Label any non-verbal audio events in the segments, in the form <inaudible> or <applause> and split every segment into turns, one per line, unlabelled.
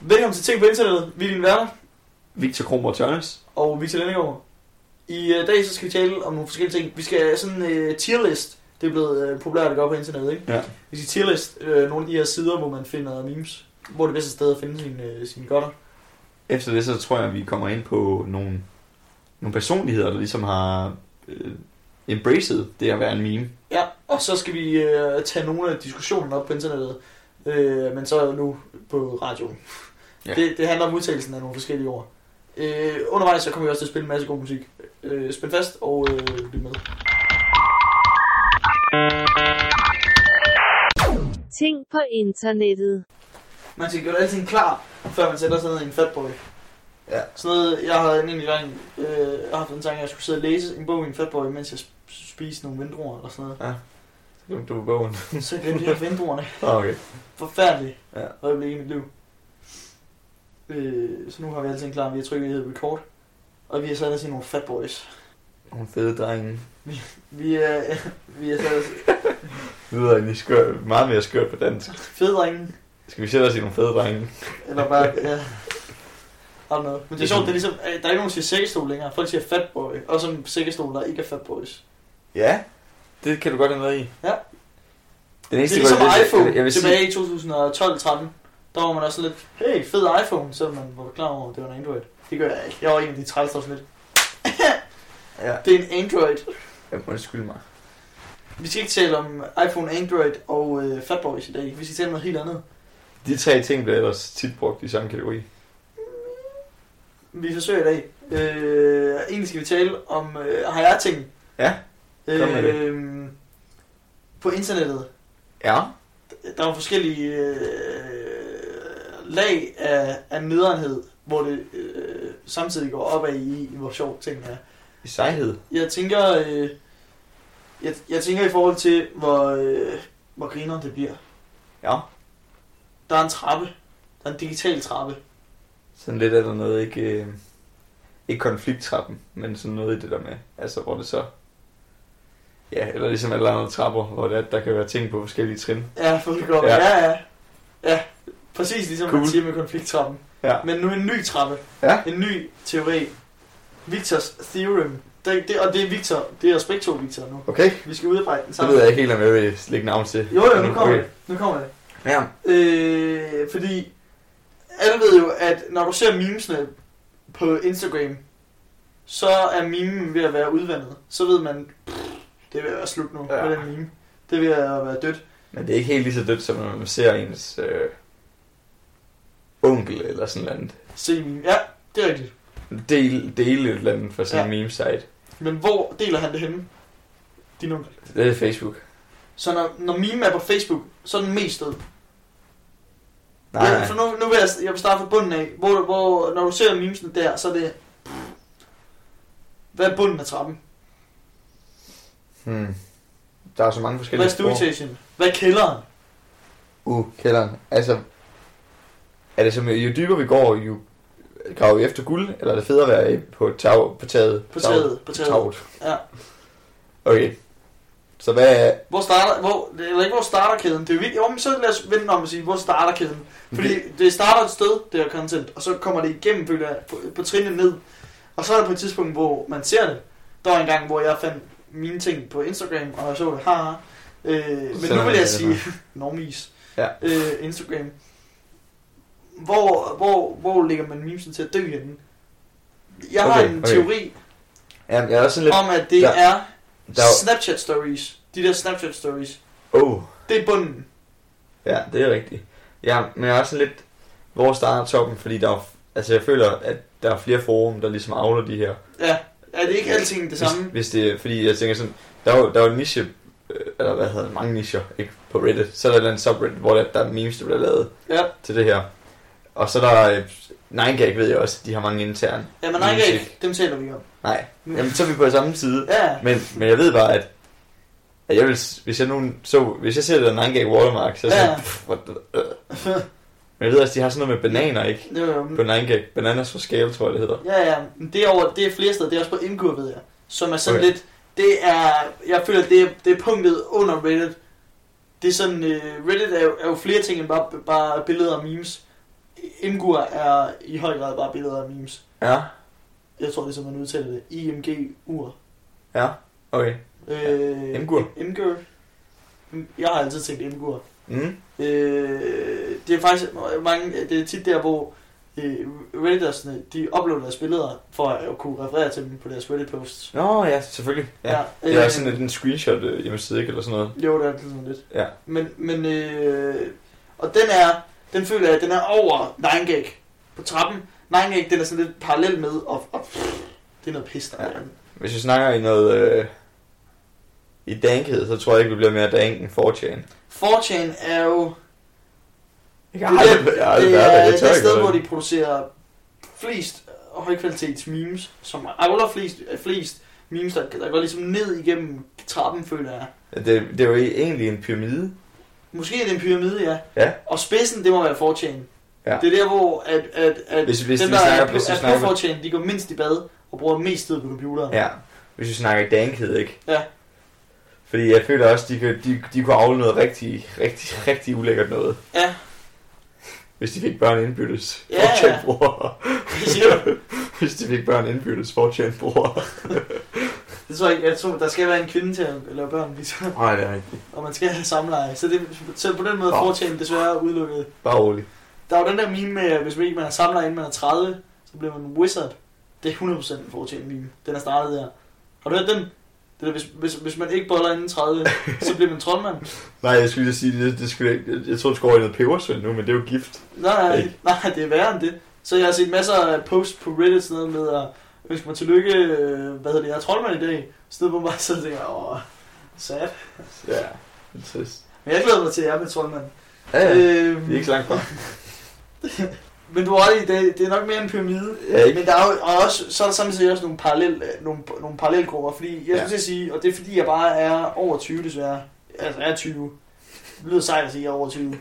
Velkommen til Ting på Internettet. Vi er dine værter,
Victor Kronborg Tørnes.
og Victor Lendegaard. I øh, dag så skal vi tale om nogle forskellige ting. Vi skal sådan en øh, tier list. Det er blevet øh, populært at gøre på internettet, ikke?
Ja.
Vi skal tier list. Øh, nogle af de her sider, hvor man finder memes. Hvor er det bedste sted at finde sine, øh, sine godter.
Efter det, så tror jeg, vi kommer ind på nogle, nogle personligheder, der ligesom har øh, embraced det at være en meme.
Ja, og så skal vi øh, tage nogle af diskussionerne op på internettet. Øh, men så nu på radioen.
Ja.
Ja. Det, det handler om udtalelsen af nogle forskellige ord. Øh, undervejs så kommer vi også til at spille en masse god musik. Øh, spænd fast og øh, lyt med.
Ting på internettet.
Man skal gøre alting klar, før man sætter sig ned i en fatboy.
Ja.
Sådan noget, jeg havde en enkelt gang øh, haft en tanke, at jeg skulle sidde og læse en bog i en fatboy, mens jeg sp- spiste nogle vindruer eller sådan noget.
Du er bogen.
Så glemte jeg vindruerne.
Ah, okay.
Forfærdeligt
Ja.
øjeblik i mit liv. Øh, så nu har vi alting klar. Vi har trykket i record. Og vi har sat os i nogle fatboys.
Nogle fede drenge.
Vi er, <laughs> vi er sat os
Det lyder egentlig skør, meget mere skørt på dansk.
fedringen.
Skal vi sætte os i nogle fede drenge?
Eller bare, ja. I don't know. Men det er sjovt, det er ligesom, øh, der er ikke nogen, der siger sækkestol længere. Folk siger fatboy. Og som sækkestol, der ikke er fatboys.
Ja, det kan du godt have med i.
Ja.
Den
Det er
eneste,
ligesom
jeg vil-
iPhone
Jeg vil sige,
tilbage i 2012-13. Der var man også sådan lidt, hey, fed iPhone, selvom man var klar over, at det var en Android. Det gør jeg ikke. Jeg var en af de trælste, der var sådan lidt.
ja,
Det er en Android.
jeg må skylde mig.
Vi skal ikke tale om iPhone, Android og øh, Fatboys i dag. Vi skal tale om noget helt andet.
De tre ting bliver ellers tit brugt i samme kategori.
Vi forsøger i dag. Øh, egentlig skal vi tale om, øh, har jeg ting?
Ja, kom med det.
øh, På internettet.
Ja.
der var forskellige øh, lag af, af nederenhed, hvor det øh, samtidig går opad i, i, hvor sjov ting er.
I sejhed.
Jeg tænker, øh, jeg, jeg tænker i forhold til, hvor, øh, hvor griner det bliver.
Ja.
Der er en trappe. Der er en digital trappe.
Sådan lidt er der noget, ikke, øh, ikke konflikttrappen, men sådan noget i det der med, altså hvor det så, ja, eller ligesom alle andre trapper, hvor det er, at der kan være ting på forskellige trin.
Ja, for det går.
Ja.
Ja, ja. ja. ja. Præcis ligesom cool.
Cool.
man siger med konflikttrappen.
Ja.
Men nu en ny trappe.
Ja.
En ny teori. Victors Theorem. Det, det, og det er Victor. Det er Spektro Victor nu.
Okay.
Vi skal udarbejde den
Så
sammen.
ved jeg ikke helt, om jeg vil lægge navn til.
Jo, jo, nu
Okay.
kommer det. Nu kommer det.
Ja.
Øh, fordi alle ved jo, at når du ser memesene på Instagram, så er memen ved at være udvandet. Så ved man, pff, det er ved at være slut nu
Ja.
ja. med den meme. Det er ved at være dødt.
Men det er ikke helt lige så dødt, som når man ser ens øh, onkel eller sådan noget andet.
Se meme. Ja, det er rigtigt.
Del, dele et eller andet fra sådan en meme-site.
Men hvor deler han det henne? Din onkel.
Det er Facebook.
Så når, når meme er på Facebook, så er den mest død.
Nej,
Ja,
nej.
så nu, nu vil jeg, jeg vil starte fra bunden af. Hvor, hvor, når du ser memesen der, så er det... Hvad er bunden af trappen?
Hmm. Der er så mange forskellige
Hvad er stueetagen? Hvad er kælderen?
Uh, kælderen. Altså, er det som, jo dybere vi går, jo graver vi efter guld, eller er det federe at være i- på, tag, på taget?
På taget, på taget.
Taget.
Ja.
Okay. Så hvad er...
Hvor starter, hvor, eller ikke hvor starter kæden? Det er jo vildt. Jo, men så lad os vende den om og sige, hvor starter kæden? Fordi det, det starter et sted, det her content, og så kommer det igennem føler jeg, på, på trinene ned. Og så er der på et tidspunkt, hvor man ser det. Der var en gang, hvor jeg fandt mine ting på Instagram, og jeg så det, haha. Øh, men
Sådan
nu
er
vil jeg
det,
sige, <laughs> normis.
Ja.
Øh, Instagram. Hvor, hvor, hvor ligger man memesen til at dø henne? Jeg har
Okay,
en
okay.
teori
Jamen, jeg er også sådan lidt...
om, at det
der-
er
Der er, jo-
Snapchat stories. De der Snapchat stories.
oh,
Det er bunden.
ja, det er rigtigt. Ja, men jeg er også sådan lidt... Hvor starter toppen? Fordi der er, jo- Altså, jeg føler, at der er flere forum, der ligesom avler de her.
Ja. Er det ikke alting det samme?
Hvis, hvis det, fordi jeg tænker sådan, der er jo, der er jo en niche, øh, eller hvad hedder det, mange nicher, ikke, på Reddit. Så er der en subreddit, hvor der, der er memes, der bliver lavet
Ja.
til det her. Og så er der, øh, 9gag ved jeg også, de har mange interne.
Ja, men nej,
Music.
ikke. Dem taler vi om.
Nej, jamen så er vi på samme side.
Ja.
Men, men jeg ved bare, at, at jeg vil, s- hvis jeg nu så, hvis jeg ser det der 9gag watermark, så er jeg sådan,
Ja.
pff, what the, øh. Men jeg ved også, de har sådan noget med bananer, ikke?
Det var,
På 9gag. Bananas for scale, tror jeg, det hedder.
ja, ja. Men det er, over, det er flere steder. Det er også på Imgur, ved jeg. Som er sådan
Okay.
okay. lidt... Det er... Jeg føler, det er, det er punktet under øh, Reddit. Det er sådan... Uh, Reddit er jo, er jo flere ting end bare, bare billeder og memes. Imgur er i høj grad bare billeder af memes.
Ja,
Jeg tror, det er sådan, man udtaler det. IMG-ur.
ja, okay.
Øh,
Imgur.
Imgur. Jeg har altid tænkt Imgur.
Mm.
Øh, det er faktisk mange, det er tit der, hvor øh, Redditorsne, de uploader deres billeder, for at kunne referere til dem på deres Reddit-posts. øh,
Nå ja, selvfølgelig. Ja. ja. Det er også sådan lidt en screenshot øh, hjemmeside, ikke? Eller sådan noget.
Jo, det er altid sådan lidt.
Ja.
Men, men øh, og den er, den føler jeg, den er over 9gag på trappen. 9gag, den er sådan lidt parallel med, og, og pff, det er noget pis, der
Ja.
er.
Hvis vi snakker i noget... Øh, I dankhed, så tror jeg ikke, vi bliver mere dank end 4chan.
4chan er jo
Jeg
Det
har
er
aldrig, jeg har aldrig
det
været der.
er
Jeg tør
det
ikke
sted,
være
hvor
der.
de producerer flest højkvalitets memes, som avler flest, øh, flest memes, der, der går ligesom ned igennem trappen, føler jeg.
Ja, Det, det er jo e- egentlig en pyramide.
Måske er det en pyramide, ja.
Ja.
Og spidsen, det må være 4chan.
Ja.
Det er der, hvor at, at, at
Hvis- hvis
dem,
vi
der
snakker-
er,
hvis vi
er
snakker-
på 4chan, de går mindst i bad og bruger mest tid på computeren.
Ja. Hvis vi snakker i dankhed, ikke?
Ja.
Fordi jeg føler også, de, kan, de, de kunne afle noget rigtig, rigtig, rigtig ulækkert noget.
Ja.
Hvis de fik børn indbyttes.
Ja, ja.
4chan bror.
<laughs> Det siger du.
Hvis de fik børn indbyttes. 4chan bror.
Det tror jeg ikke. Jeg tror, der skal være en kvinde til at lave børn, ligesom.
Nej, det er rigtigt.
og man skal have samleje. Så, det, så på den måde
Nå.
er 4chan desværre udelukket.
Bare rolig.
Der er jo den der meme med, at hvis man ikke man er samler, inden man er 30, så bliver man en wizard. Det er 100% en fortjent meme. Den er startet der. Har du hørt den? Det der, hvis, hvis, hvis man ikke boller inden
<laughs>
30, så bliver man troldmand.
Nej, jeg skulle lige sige, det, det skulle jeg, ikke- jeg, jeg tror, du skulle over i noget pebersvend nu, men det er jo gift.
Nej, nej,
Ikke?
nej, det er værre end det. Så jeg har set masser af posts på Reddit sådan noget med at ønske mig tillykke, øh, hvad hedder det, jeg er troldmand i dag. Sted på mig, så tænker jeg, åh, sad.
Ja, det er trist.
Men jeg glæder mig til, at jeg bliver troldmand.
Ja, ja.
Øhm,
Vi er ikke så langt fra.
Men du har ret i, det, det er nok mere en pyramide.
Ja, ikke?
Men der er jo og også, så er der samtidig også nogle, parallel, øh, nogle, nogle parallelgrupper, fordi jeg
Ja.
ja. skulle til at sige, og det er fordi, jeg bare er over 20 desværre, altså jeg er 20, det lyder sejt at sige, jeg er over 20.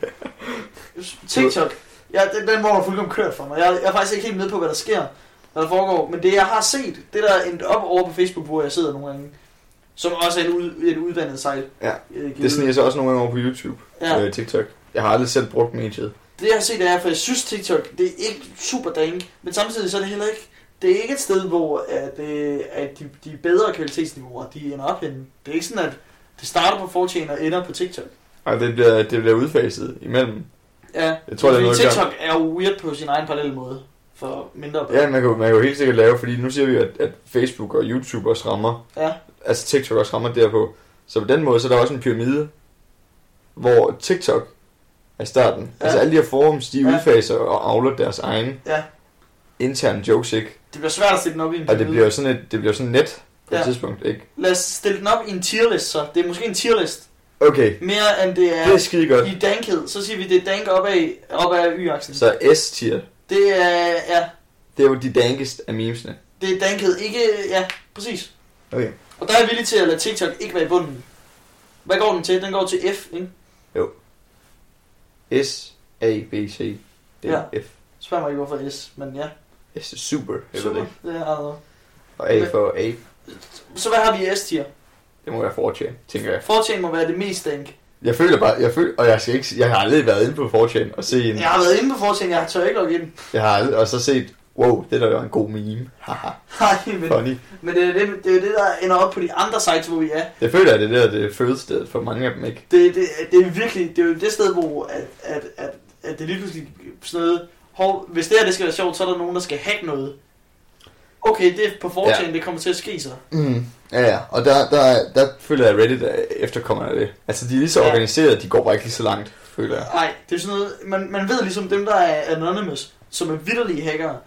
TikTok, ja, den, den må du fuldkommen kørt for mig, jeg, jeg er faktisk ikke helt med på, hvad der sker, hvad der foregår, men det jeg har set, det der er endt op over på Facebook, hvor jeg sidder nogle gange, som også er et, ud, et udvandet site.
Ja.
øh, givet.
Det sniger sig også nogle gange over på YouTube,
ja.
ja. øh, TikTok. Jeg har aldrig selv brugt mediet.
Det jeg har set er, for jeg synes TikTok, det er ikke super dank, men samtidig så er det heller ikke, det er ikke et sted, hvor at, øh, at de, de bedre kvalitetsniveauer, de ender op henne. Det er ikke sådan, at det starter på 4 og ender på TikTok.
Og det bliver, det bliver udfaset imellem.
Ja,
Jeg tror, det
fordi
er noget, der-
TikTok er jo weird på sin egen parallel måde, for mindre
Ja, man kan, jo- man kan jo helt sikkert lave, fordi nu siger vi, at, at Facebook og YouTube også rammer.
Ja.
Altså TikTok også rammer derpå. Så på den måde, så er der også en pyramide, hvor TikTok er starten. Ja.
Ja.
Altså alle de her forums, de
Ja.
udfaser og avler deres egen
Ja.
interne jokes, ikke?
Det bliver svært at stille den op i en
Og det
pyramide.
bliver jo sådan et, det bliver sådan net på ja. et
Ja.
tidspunkt, ikke?
Lad os stille den op i en tierlist, så. Det er måske en tierlist,
Okay,
mere end det er,
det er skide godt.
i dankhed. Så siger vi, det er dank opad, opad y-aksen.
Så S-tier,
Det er, ja,
det er jo de dankest af memesene.
det er dankhed. Ikke, ja, præcis.
Okay.
Og der er jeg villig til at lade TikTok ikke være i bunden. Hvad går den til? Den går til F, ikke?
S, A, B, C, D, ja. F.
Spørg mig ikke, hvorfor S, men ja.
S er super, jeg ved det
Super,
ikke.
det er allerede.
Og A for A,
Så hvad har vi i S-tier?
det må være 4 tænker jeg.
Fortjen må være det mest dank.
Jeg føler bare, jeg føler, og jeg, skal ikke, jeg har aldrig været inde på 4 og se en,
Jeg har været inde på Fortjen, jeg tør ikke logge ind. <laughs>
jeg har aldrig, og så set, wow, det der var en god meme, haha,
Nej, men,
funny.
men det, er det, det er det, der ender op på de andre sites, hvor vi er.
Jeg føler, at det der det er fødestedet for mange af dem, ikke?
Det, det, det er virkelig, det er jo det sted, hvor at, at, at, at det lige pludselig sådan noget, hov, hvis det her det skal være sjovt, så er der nogen, der skal hacke noget. Okay, det er på Fortjen, ja. det kommer til at ske sig.
Mm. Ja, ja, og der, der, der føler jeg, at Reddit er efterkommerne af det. Altså, de er lige så
Ja.
organiseret, de går bare ikke lige så langt, føler jeg.
Nej, det er sådan noget, man, man ved ligesom dem, der er anonymous, som er vidderlige hackere,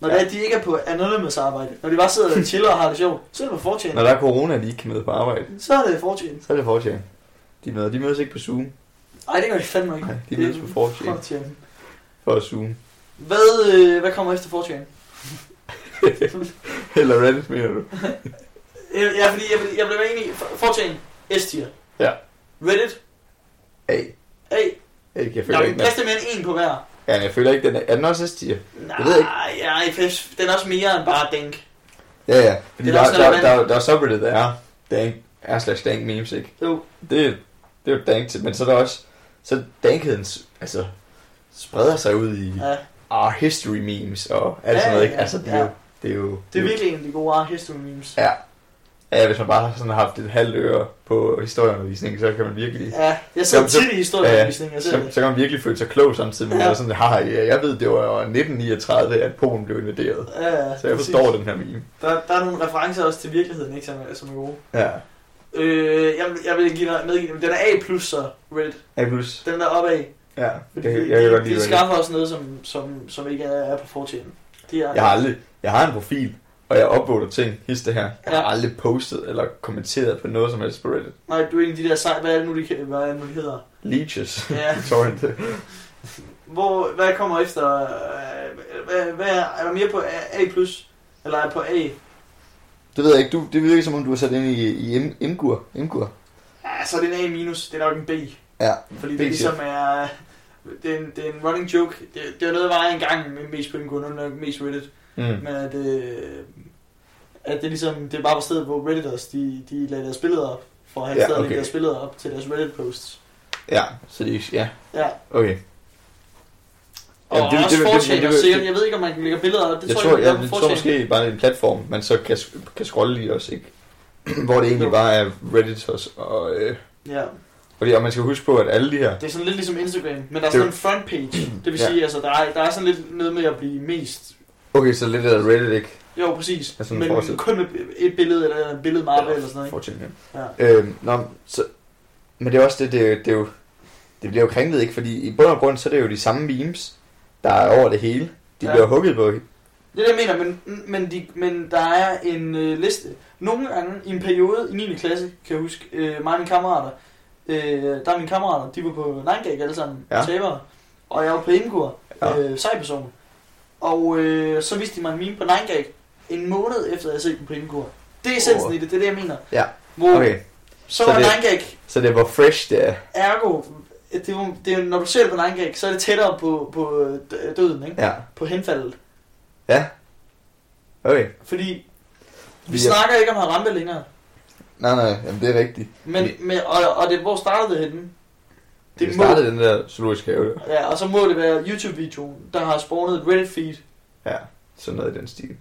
når ja. det
Ja.
er, at de ikke er på anonymous arbejde, når de bare sidder og chiller og har det sjovt, så er det på
Når
4chan.
der er corona, og de ikke kan møde på arbejde,
Så er det 4chan.
så er det 4 De møder, de mødes ikke på Zoom.
Ej, det gør de fandme ikke.
Nej, de
Det er
mødes på 4
4chan.
for at Zoom.
Hvad, øh, hvad kommer efter 4chan?
Eller Reddit, mener du?
Øh, Ja, fordi jeg, jeg blev enig i 4chan, S-tier.
Ja.
Reddit,
A.
A.
Ikke, jeg
Der
føler
er
ikke,
plads til mere end en på hver.
ja, jeg føler ikke, den er, er den også S-tier? Jeg ved ikke.
Nej, ja, den er også mere end bare dank.
Ja, ja. Fordi
Det
der,
er
der,
også
der,
relevant.
der, der, er subreddit, der er dank, er slash dank memes, ikke?
Jo.
Det, det er jo dank til, men så er der også, så dankhedens, altså, spreder sig ud i
Ja,
our history memes og alt
Ja,
sådan noget, ikke?
ja,
Altså, det er
ja.
jo... Det er, jo,
Det er virkelig en af de gode art history memes.
Mm. Ja. Ja, hvis man bare har sådan haft et halvt øre på historieundervisning, så kan man virkelig...
Ja, jeg sidder
Jamen, så-
tit i historieundervisning, jeg ser
Så,
det.
så kan man virkelig føle sig klog samtidig med,
Ja.
ja. sådan, haha, ja, jeg ved, det var 1939, at Polen blev invaderet.
Ja, ja,
Så jeg
præcis.
forstår den her meme.
Der, der er nogle referencer også til virkeligheden, ikke, som, er- som er gode.
Ja.
Øh, jeg, jeg vil give dig medgive, den er A+, så Reddit.
A+. plus.
Den der opad.
Ja, det,
Fordi
jeg, jeg kan godt
de,
lide
de
Reddit.
skaffer også noget, som, som, som ikke er, er på fortjenen. De er,
Jeg har aldrig... Jeg har en profil, og jeg uploader ting, hist det her. Jeg har
Ja.
aldrig postet eller kommenteret på noget som helst på Reddit.
Nej, du er en af de der sej... Hvad er det nu, de, kan- hvad er det nu, de hedder?
Leeches.
Ja.
<laughs> Torrent.
Hvor, hvad kommer efter... øh, Hvad, hvad er, er der mere på A+, A+, eller er på A?
Det ved jeg ikke. Du, det virker som om, du har sat ind i, i Imgur. Imgur.
Ja, så er det en A-, minus. det er nok en B.
Ja.
Fordi
B
det ligesom er... Det er, en, det er en running joke. Det, det var noget, der var engang med mest på en kunde, nok mest Reddit.
Mm.
Men at, øh, at det ligesom, det bare var stedet, hvor Redditors, de, de lagde deres billeder op, for at have
Ja,
ja, stadig
okay.
deres billeder op til deres Reddit-posts.
Ja, så det er... Ja,
Ja,
okay.
og
Jamen,
det,
det-
også
det- det- det- det-
fortjener
det-
sikkert. Jeg ved ikke, om man kan lægge billeder op. Det
jeg,
tror
tror,
jeg, jeg,
jeg,
jeg
jeg tror
fortjener.
måske bare det er en platform, man så kan, kan scrolle i også, ikke? <clears throat> Hvor det egentlig
Jo.
bare er Redditors og... Øh,
Ja,
fordi, og man skal huske på, at alle de her...
det er sådan lidt ligesom Instagram, men der er
Det er
sådan
jo-
en
<clears throat>
frontpage. Det vil
Ja.
sige, altså, der er, der er sådan lidt noget med at blive mest
Okay, så lidt af Reddit, ikke?
jo, præcis.
Altså,
Altså,
en
men
forside.
kun med et billede eller en billedmappe eller sådan noget. ikke?
Fortune,
Ja.
ja. Øhm, nå, så, men det er også det, det, er jo- det, er jo, det bliver jo kringlet, ikke? Fordi i bund og grund, så er det jo de samme memes, der er over det hele. De
Ja.
ja. bliver hugget på.
Det er det, jeg mener, men, men, de, men der er en øh, liste. Nogle gange i en periode i 9. klasse, kan jeg huske, øh, mig og mine kammerater, øh, der er mine kammerater, de var på 9gag alle sammen,
Ja.
ja. tabere, og jeg var på Ingur,
Ja.
ja. øh, sejperson. Og øh, så viste de mig en meme på 9gag en måned efter, at jeg havde set den på Ingur. Det er essensen
Åh.
oh. i det, det er det, jeg mener.
Ja.
Hvor, okay.
Okay,
Så,
så
var
det-
9gag,
så det er, hvor fresh det er.
ergo, det, var, det, er- når du ser det på 9gag, så er det tættere på, på øh, døden, ikke?
Ja,
på henfaldet.
okay.
Fordi vi,
Vi er-
vi snakker ikke om Harambe længere.
Nej, nej, jamen, det er rigtigt.
Men,
Vi-
men og, og det, hvor startede det henne?
Det
må,
vi startede den der zoologiske have, der.
ja, og så må det være YouTube-videoen, der har spawnet et Reddit-feed,
sådan noget i den stil.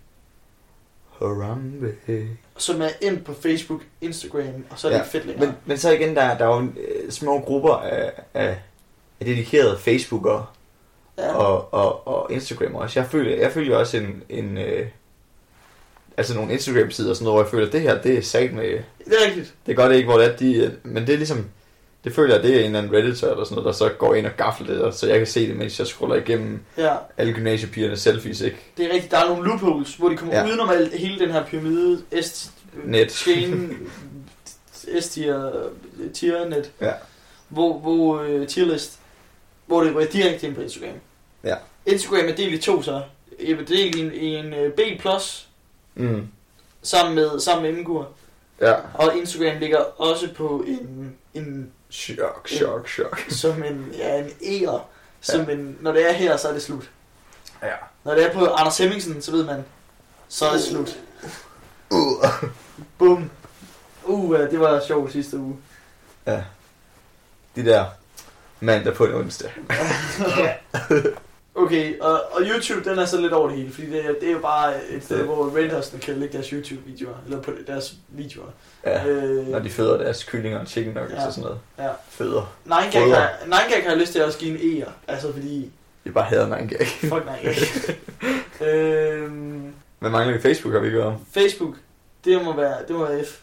Harambe.
som er ind på Facebook, Instagram, og så er det
Ja,
ja, ikke fedt længere.
Men, men så igen, der, der er jo øh, små grupper af, af, af dedikerede Facebookere,
ja,
og, og, og Instagram også. Jeg føler, jeg føler også en, en øh, altså nogle Instagram-sider og sådan noget, hvor jeg føler, at det her, det er sagt med,
det er rigtigt.
det gør det ikke, hvor det er, de, øh, men det er ligesom, det føler jeg, det er en eller anden redditor eller sådan noget, der så går ind og gafler det, og så jeg kan se det, mens jeg scroller igennem
Ja,
alle gymnasiepigernes selfies, ikke?
det er rigtigt. Der er nogle loopholes, hvor de kommer
Ja.
ja. udenom alt, hele den her pyramide, S
Net. <laughs>
chain, S-tier, tier-net,
Ja.
hvor, hvor uh, tierlist, hvor det går direkte ind på Instagram.
Ja.
Instagram er delt i to så. Jeg vil dele i en, i en øh, B+,
Mm.
sammen med, sammen med MGUR.
Ja.
Og Instagram ligger også på en, en
Chok, chok, chok.
som en, ja, en E'er. Som en, når det er her, så er det slut.
Ja.
Når det er på Anders Hemmingsen, så ved man, så er det slut.
Uh.
Bum. Uh, det var sjovt sidste
<laughs>
uge.
De der mandag på en onsdag.
Okay, og, og YouTube, den er så lidt over det hele, fordi det, er- det er jo bare et sted,
Det-
hvor Raidhursten kan lægge deres YouTube-videoer, eller på deres videoer.
Ja.
Øh,
Når de føder deres kyllinger og chicken nuggets
Ja.
og sådan noget.
Ja.
Føder.
Nine Gag
Brødre.
har, Nine Gag har jeg lyst til at også give en E'er, altså fordi,
Jeg bare hader mange gag.
fuck Nine Gag. øhm,
<laughs> Hvad mangler vi Facebook, har vi ikke været om?
Facebook, det må være, det må være F.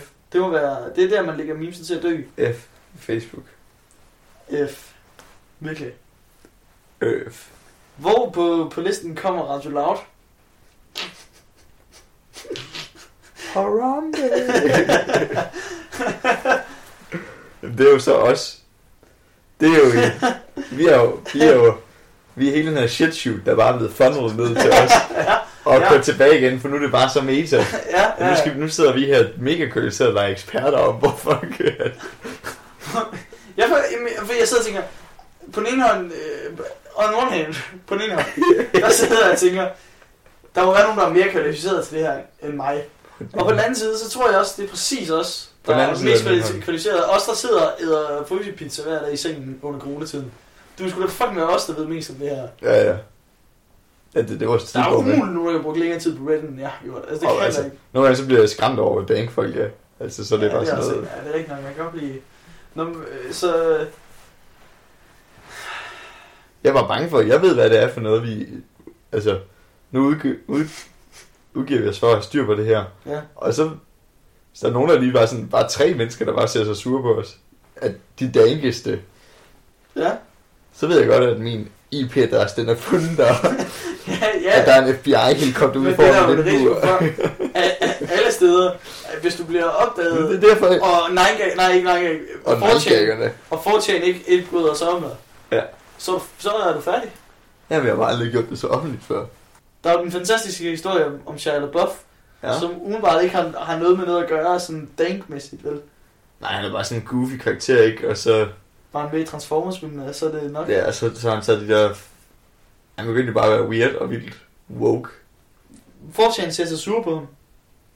F.
Det må være, det er der, man lægger memesen til at dø.
F. Facebook.
F. Virkelig.
Øf.
Hvor på, på listen kommer Radio Loud?
Harambe. det er jo så os. Det er jo... Vi er jo... Vi er jo vi er hele den her shit shoot, der bare er blevet funnelet ned til os. Og
<laughs>
ja.
Ja.
kørt tilbage igen, for nu er det bare så meta.
ja,
Og nu, skal, nu sidder vi her mega kvalificerede og er eksperter om, hvorfor at-
Jeg, for, jamen, for jeg sidder og tænker, på den ene hånd, øh, on one hand, på den ene
<laughs>
hånd, der sidder jeg og tænker, der må være nogen, der er mere kvalificeret til det her end mig. Og på den anden side, så tror jeg også, det er præcis os,
På
der
den
er
anden side
mest
af den
kvali-
hånd.
kvalificeret. Os, der sidder og æder frysepizza hver dag i sengen under coronatiden. Du skulle da fucking være os, der ved mest om det her.
Ja, ja. at det, det var
Der
stil
er jo
over med.
umuligt, nu har jeg brugt længere tid på Reddit, end jeg gjorde. Altså, det
Og
kan
altså,
jeg ikke.
Nogle gange så bliver jeg skræmt over, hvad bankfolk er. Altså, så er det
ja,
bare
det er
sådan
altså-
noget.
Ja, det er rigtigt nok. Man kan godt blive... Nå, men, øh, så... øh,
Jeg var bange for, jeg ved, hvad det er for noget, vi... Altså, nu udgiver, ud, udgiver vi os for at have styr på det her.
Ja.
Og så, så er der nogen, der lige var sådan, bare tre mennesker, der bare ser sig sure på os. At de dankeste.
Ja.
Så ved jeg godt, at min IP-adresse, den er fundet der.
Ja,
At
ja.
der er en FBI-helikopter
Men
ude
det er
foran
jo en
mit
risiko
vindue.
for, at- at alle steder, at hvis du bliver opdaget,
Det er derfor,
og nej, nej, ikke nej,
og nangagerne.
og fortjen ikke, ikke bryder sig om dig,
Ja.
så, er du- så er du færdig.
Jamen, jeg har bare aldrig gjort det så offentligt før.
Der er jo den fantastiske historie om- om Shia LaBeouf,
Ja.
ja. som umiddelbart ikke har, har noget med noget at gøre, sådan dankmæssigt, vel?
Nej, han er bare sådan en goofy karakter, ikke? Og så,
Var han med i Transformers, men så er det nok.
ja, og så, så har han taget de der... Han begyndte bare at være weird og vildt woke.
Fortjen ser sig sur på ham.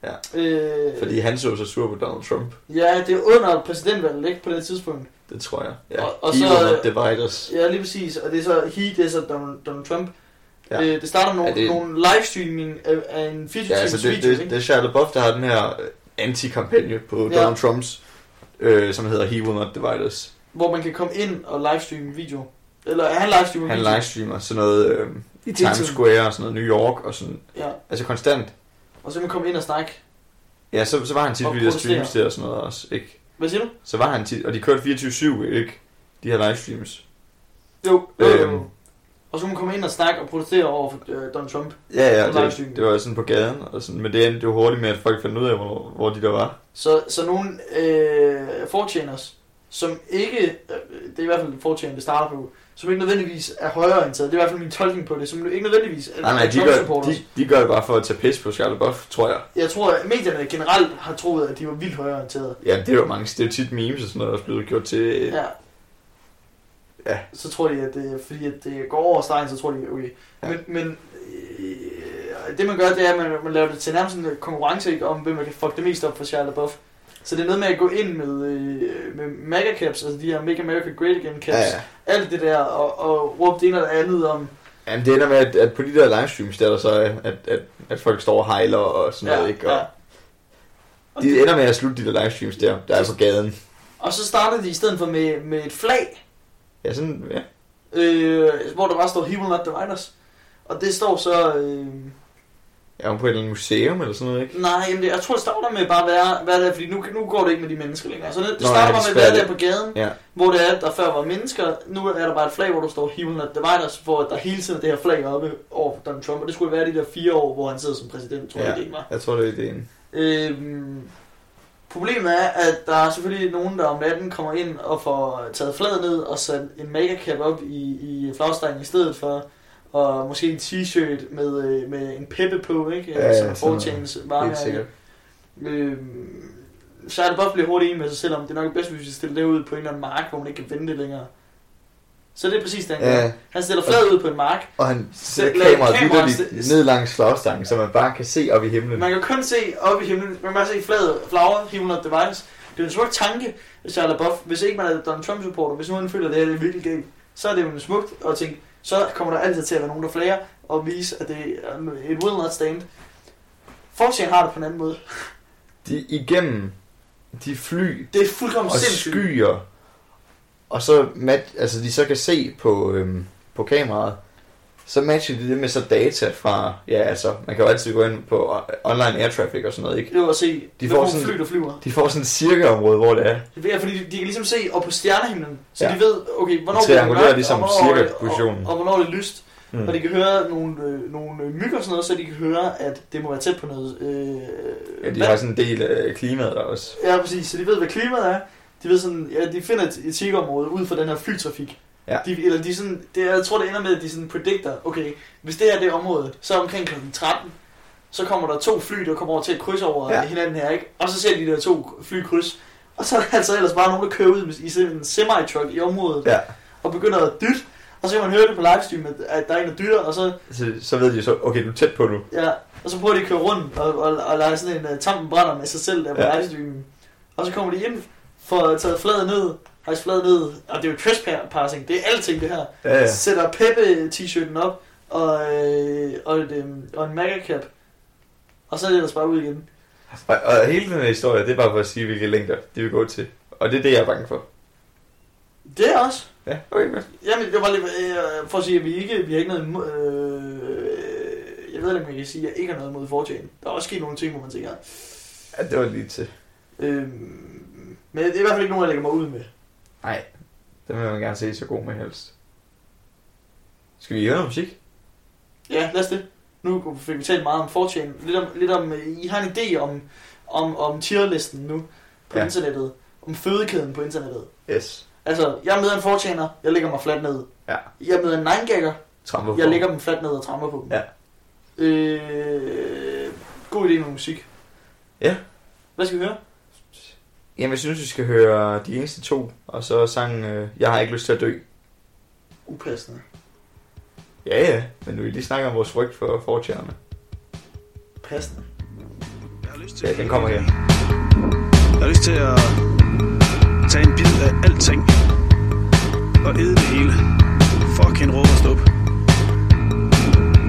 Ja.
Øh,
Fordi han så så sur på Donald Trump.
Ja, det er under præsidentvalget, ikke, på det tidspunkt.
Det tror jeg. Ja.
Og-
Og,
og
og
så-
He will not divide us.
Ja, lige præcis. Og det er så he, det er så Donald, Donald Trump. Ja.
Ja.
Øh, det starter nogle,
Er
det...
det-
nogle livestreaming af, af en 24
Ja, altså det, det, det er Shia LaBeouf, der har den her øh, anti-kampagne på
Ja.
Donald Trumps, øh, som hedder He will not divide us.
hvor man kan komme ind og livestreame video. Eller er han livestreamer
Han
video?
livestreamer sådan noget øh,
I
Times Square og sådan noget New York og sådan,
Ja,
altså konstant.
og så kan man komme ind og snakke.
Ja, så, så var han tit
Og
ved de der
protestere.
streams der og sådan noget også, ikke?
Hvad siger du?
Så var han tit, og de kørte 24-7, ikke? De her livestreams.
Jo, jo, jo, jo.
Øhm.
Og så kan man komme ind og snakke og protestere over for øh, Donald Trump.
Ja, ja,
Og livestream.
det, det var sådan på gaden, og sådan, men det endte jo hurtigt med, at folk fandt ud af, hvor, hvor de der var.
Så, så nogle øh, fortjeners, som ikke, øh, det er i hvert fald fortjener, det starter på, som ikke nødvendigvis er højreorienteret. Det er i hvert fald min tolkning på det, som ikke nødvendigvis er
Nej, nej, de gør,
Trump-supporters.
de, de gør det bare for at tage pis på Charlotte Buff, tror jeg.
Jeg tror, at medierne generelt har troet, at de var vildt højreorienterede.
Ja, det er jo mange, det er jo tit memes og sådan noget, der er blevet gjort til... Ja.
Ja.
Ja.
Så tror de, at det, fordi at det går over stregen, så tror de, okay. Ja.
Ja.
Men, men øh, det man gør, det er, at man, man laver det til nærmest en øh, konkurrence ikke, om, hvem man kan fuck det mest op for Shia LaBeouf. Så det er noget med at gå ind med, øh, med mega caps, altså de her Make America Great Again caps,
Ja,
ja, ja.
ja.
alt det der, og, og råbe det ene eller det andet om,
Jamen, det ender med, at, at på de der livestreams, der er der så, at, at, at folk står og hejler og sådan
Ja,
noget, ikke? Og
ja. Og
De
det-
ender med at slutte de der livestreams der, der er på gaden.
og så startede de i stedet for med, med et flag,
Ja, sådan, ja.
øh, hvor der bare står He will not divide us. Og det står så... Øh,
Er hun på et eller andet museum eller sådan noget, ikke?
nej, jamen det, jeg tror, det starter med bare, hvad er, hvad er det, fordi nu, nu går det ikke med de mennesker længere. Så det, det
Nå,
starter
ja,
bare
det
med, hvad er
spærrer
det på gaden,
Ja.
hvor det er, der før var mennesker. Nu er der bare et flag, hvor der står He will not divide us, hvor der hele tiden er det her flag oppe over for Donald Trump. Og det skulle være de der fire år, hvor han sidder som præsident, tror jeg,
Ja.
det ikke var.
Jeg tror, det er ideen.
Øhm, problemet er, at der er selvfølgelig nogen, der om natten kommer ind og får taget flaget ned og sat en makeup op i, i flagstangen i stedet for. Og måske en t-shirt med, øh, med en peppe på, ikke?
Ja, ja,
som er
sådan noget.
fortjens
Helt sikkert.
varemærke. Øhm, så er det bare blevet hurtigt enig med sig selv om, det er nok bedst, hvis vi stiller det ud på en eller anden mark, hvor man ikke kan vente længere. Så det er præcis det, han gør.
Ja,
Han stiller flaget ud på en mark,
Og han
Sæt-
sætter
lad
kameraet
kameraet
vidderligt
st-
ned langs flagstangen, så man bare kan se op i himlen.
Man kan kun se op i himlen, man kan bare se flade flagre, himmel og device. Det er jo en smuk tanke, Shia LaBeouf. Hvis ikke man er Donald Trump-supporter, hvis nu han føler, at det her det er virkelig galt, så er det jo smukt at tænke, så kommer der altid til at være nogen, der flager og vise, at det er et will not stand. Forsiden har det på en anden måde.
De er igennem de fly
Det er fuldkommen
og
sindssygt.
skyer, og så mat, altså de så kan se på, øhm, på kameraet, så matcher de det med så data fra, ja altså, man kan jo altid gå ind på o- online air traffic og sådan noget, ikke?
Det er jo at se, de
får
får
sådan-
fly, der flyver.
De får sådan et cirka område, hvor det er.
Det er, fordi de, de kan ligesom se op på stjernehimlen, så
Ja.
de ved, okay, hvornår bliver det
De triangulerer
mørkt,
ligesom
og hvornår,
cirka
og,
positionen.
og hvornår er det lyst. Mm.
Mm.
Og de kan høre nogle, øh, nogle øh, myg og sådan noget, så de kan høre, at det må være tæt på noget. Øh,
Ja, de
vand.
har sådan en del af klimaet der også.
ja, præcis. Så de ved, hvad klimaet er. De ved sådan, ja, de finder et, et sikkerområde ud fra den her flytrafik.
Ja.
De, eller de sådan, det, jeg tror, det ender med, at de sådan predicter, okay, hvis det her det er området, så omkring kl. 13, så kommer der to fly, der kommer over til at krydse over ja.
Ja.
hinanden her, ikke? Og så ser de der to fly kryds. Og så er der altså ellers bare nogen, der kører ud med- i sådan en semi-truck i området,
Ja,
og begynder at dytte. Og så kan man høre det på livestream, at, at der er en, der dytter, og så
så, så ved de så, okay, du er tæt på nu.
Ja, og så prøver de at køre rundt og, og, og lege sådan en uh, tampen brænder med sig selv der på ja.
Ja.
livestreamen. Og så kommer de ind for at tage fladet ned, hejse fladet ned, og det er jo trespassing, det er alting det her.
Ja,
Ja.
ja.
Sætter Peppe t-shirten op, og øh, og, et, øhm, og en magacap. Og så er det ellers bare ud igen.
Og, og hele den her historie, det er bare for at sige, hvilke længder de vil gå til. Og det er det, jeg er bange for.
Det er også.
Ja, okay. Men.
Jamen, det var lige øh, for at sige, at vi ikke vi har ikke noget imod, øh, jeg ved ikke, om jeg kan sige, at jeg ikke har noget imod fortjen. Der er også sket nogle ting, hvor man tænker,
Ja, det var lige til.
øh, men det er i hvert fald ikke nogen, jeg lægger mig ud med.
Nej, den vil man gerne se så god med helst. Skal vi høre noget musik?
Ja, lad os det. Nu fik vi talt meget om fortjen. Lidt om, lidt om øh, I har en idé om, om, om tierlisten nu på ja.
Ja.
internettet. Om fødekæden på internettet.
Yes.
Altså, jeg møder en fortjener, jeg lægger mig fladt ned.
Ja.
Jeg møder en ninegagger,
Tramper på.
jeg lægger dem fladt ned og tramper på dem.
Ja.
Øh, god idé med musik.
Ja.
Hvad skal vi høre?
Jamen, jeg synes, vi skal høre de eneste to, og så sangen øh, Jeg har ikke lyst til at dø.
Upassende.
Ja, ja, men nu vil lige snakke om vores frygt for fortjerne.
Passende.
Ja, den kommer her.
Jeg har lyst til at tage en bid af alting. Og æde det hele. Fucking råb og stup.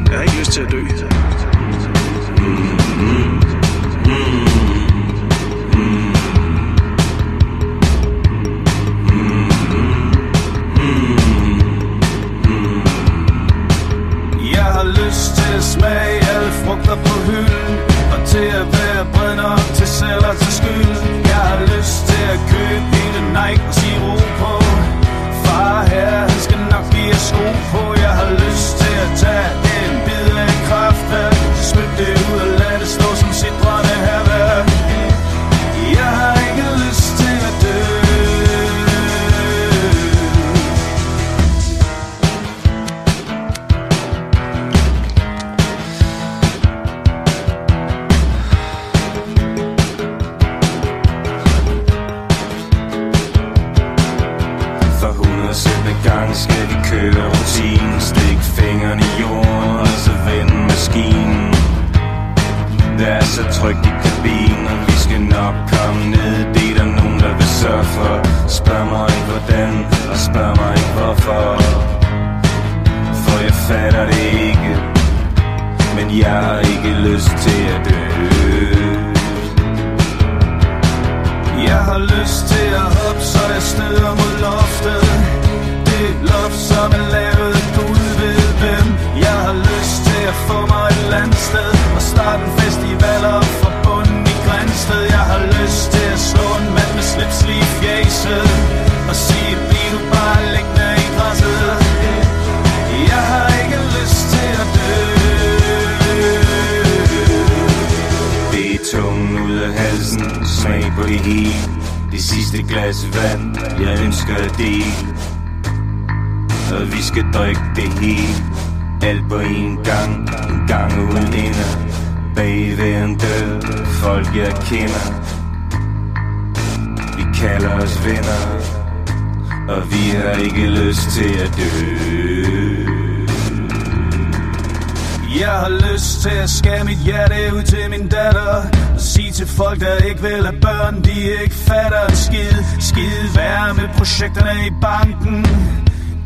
Jeg har ikke lyst til at dø. Jeg har lyst til at smage alle frugter på hylden Og til at være brænder til celler til skylden Jeg har lyst til at købe hele Nike og sige ro på Far her, han skal nok give jer sko på Jeg har lyst til at tage en bid af kraft Smid det ud og lad det stå som sit brænde herværk Jeg har ikke lyst til at dø
For 117. gang skal de køre rutinen Stik fingrene i jorden og så vend maskinen Der er så trygt i kabinen og vi skal nok komme ned Det er der nogen der vil sørge for Spørg mig ikke hvordan og spørg mig ikke hvorfor For jeg fatter det ikke Men jeg har ikke lyst til at dø
Jeg har lyst til at hoppe, så jeg støder mod loftet Det loft, som er lavet, Gud ved hvem Jeg har lyst til at få mig et landsted Og starte en festival op fra bunden i Grænsted Jeg har lyst til at slå en mand med slips lige i fjæset Og sige, bliv du bare liggende i græsset Jeg har ikke lyst til at dø
Det er tungen ud af halsen, smag på det hele Det sidste glas vand, jeg ønsker at dele Og vi skal drikke det hele Alt på en gang, en gang uden ende Bag ved en dør, folk jeg kender Vi kalder os venner Og vi har ikke lyst til at dø
Jeg har lyst til at skære mit hjerte ud til min datter Og sige til folk, der ikke vil have børn, de ikke fatter en skid Skide være med projekterne i banken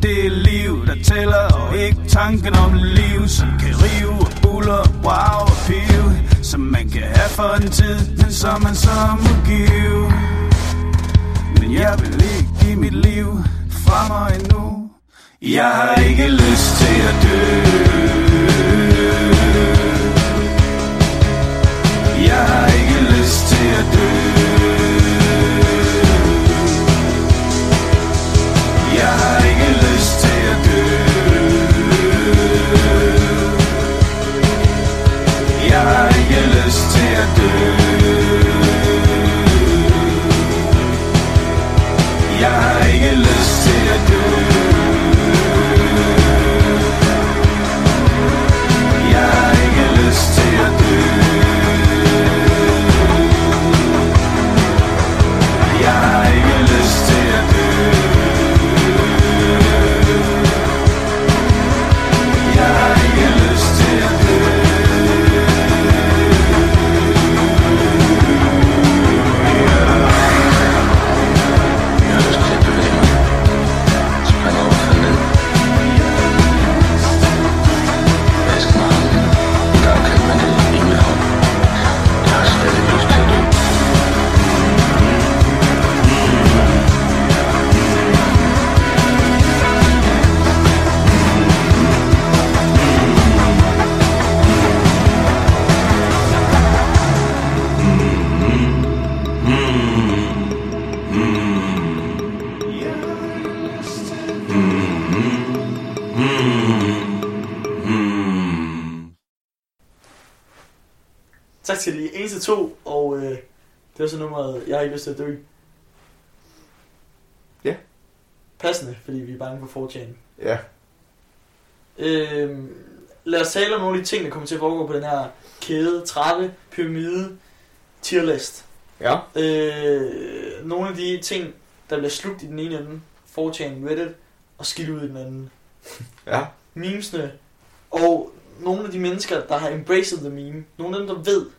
Det er liv, der tæller, og ikke tanken om liv Som kan rive og buller, wow og pive Som man kan have for en tid, men som man så må give Men jeg vil ikke give mit liv fra mig endnu Jeg har ikke lyst til at dø jeg har ikke lyst til at dø Jeg har ikke lyst til at dø Jeg har ikke lyst til at dø Jeg har ikke lyst til at dø
Tak skal I. En til to, og øh, det er så nummeret, jeg har ikke lyst til at dø.
Ja.
Passende, fordi vi er bange for 4
Ja.
Øh, lad os tale om nogle af de ting, der kommer til at foregå på den her kæde, trappe, pyramide, tierlist.
Ja.
Øh, nogle af de ting, der bliver slugt i den ene ende, 4chan, Reddit, og skidt ud i den anden.
Ja.
Memesene, og nogle af de mennesker, der har embraced the meme, nogle af dem, der ved,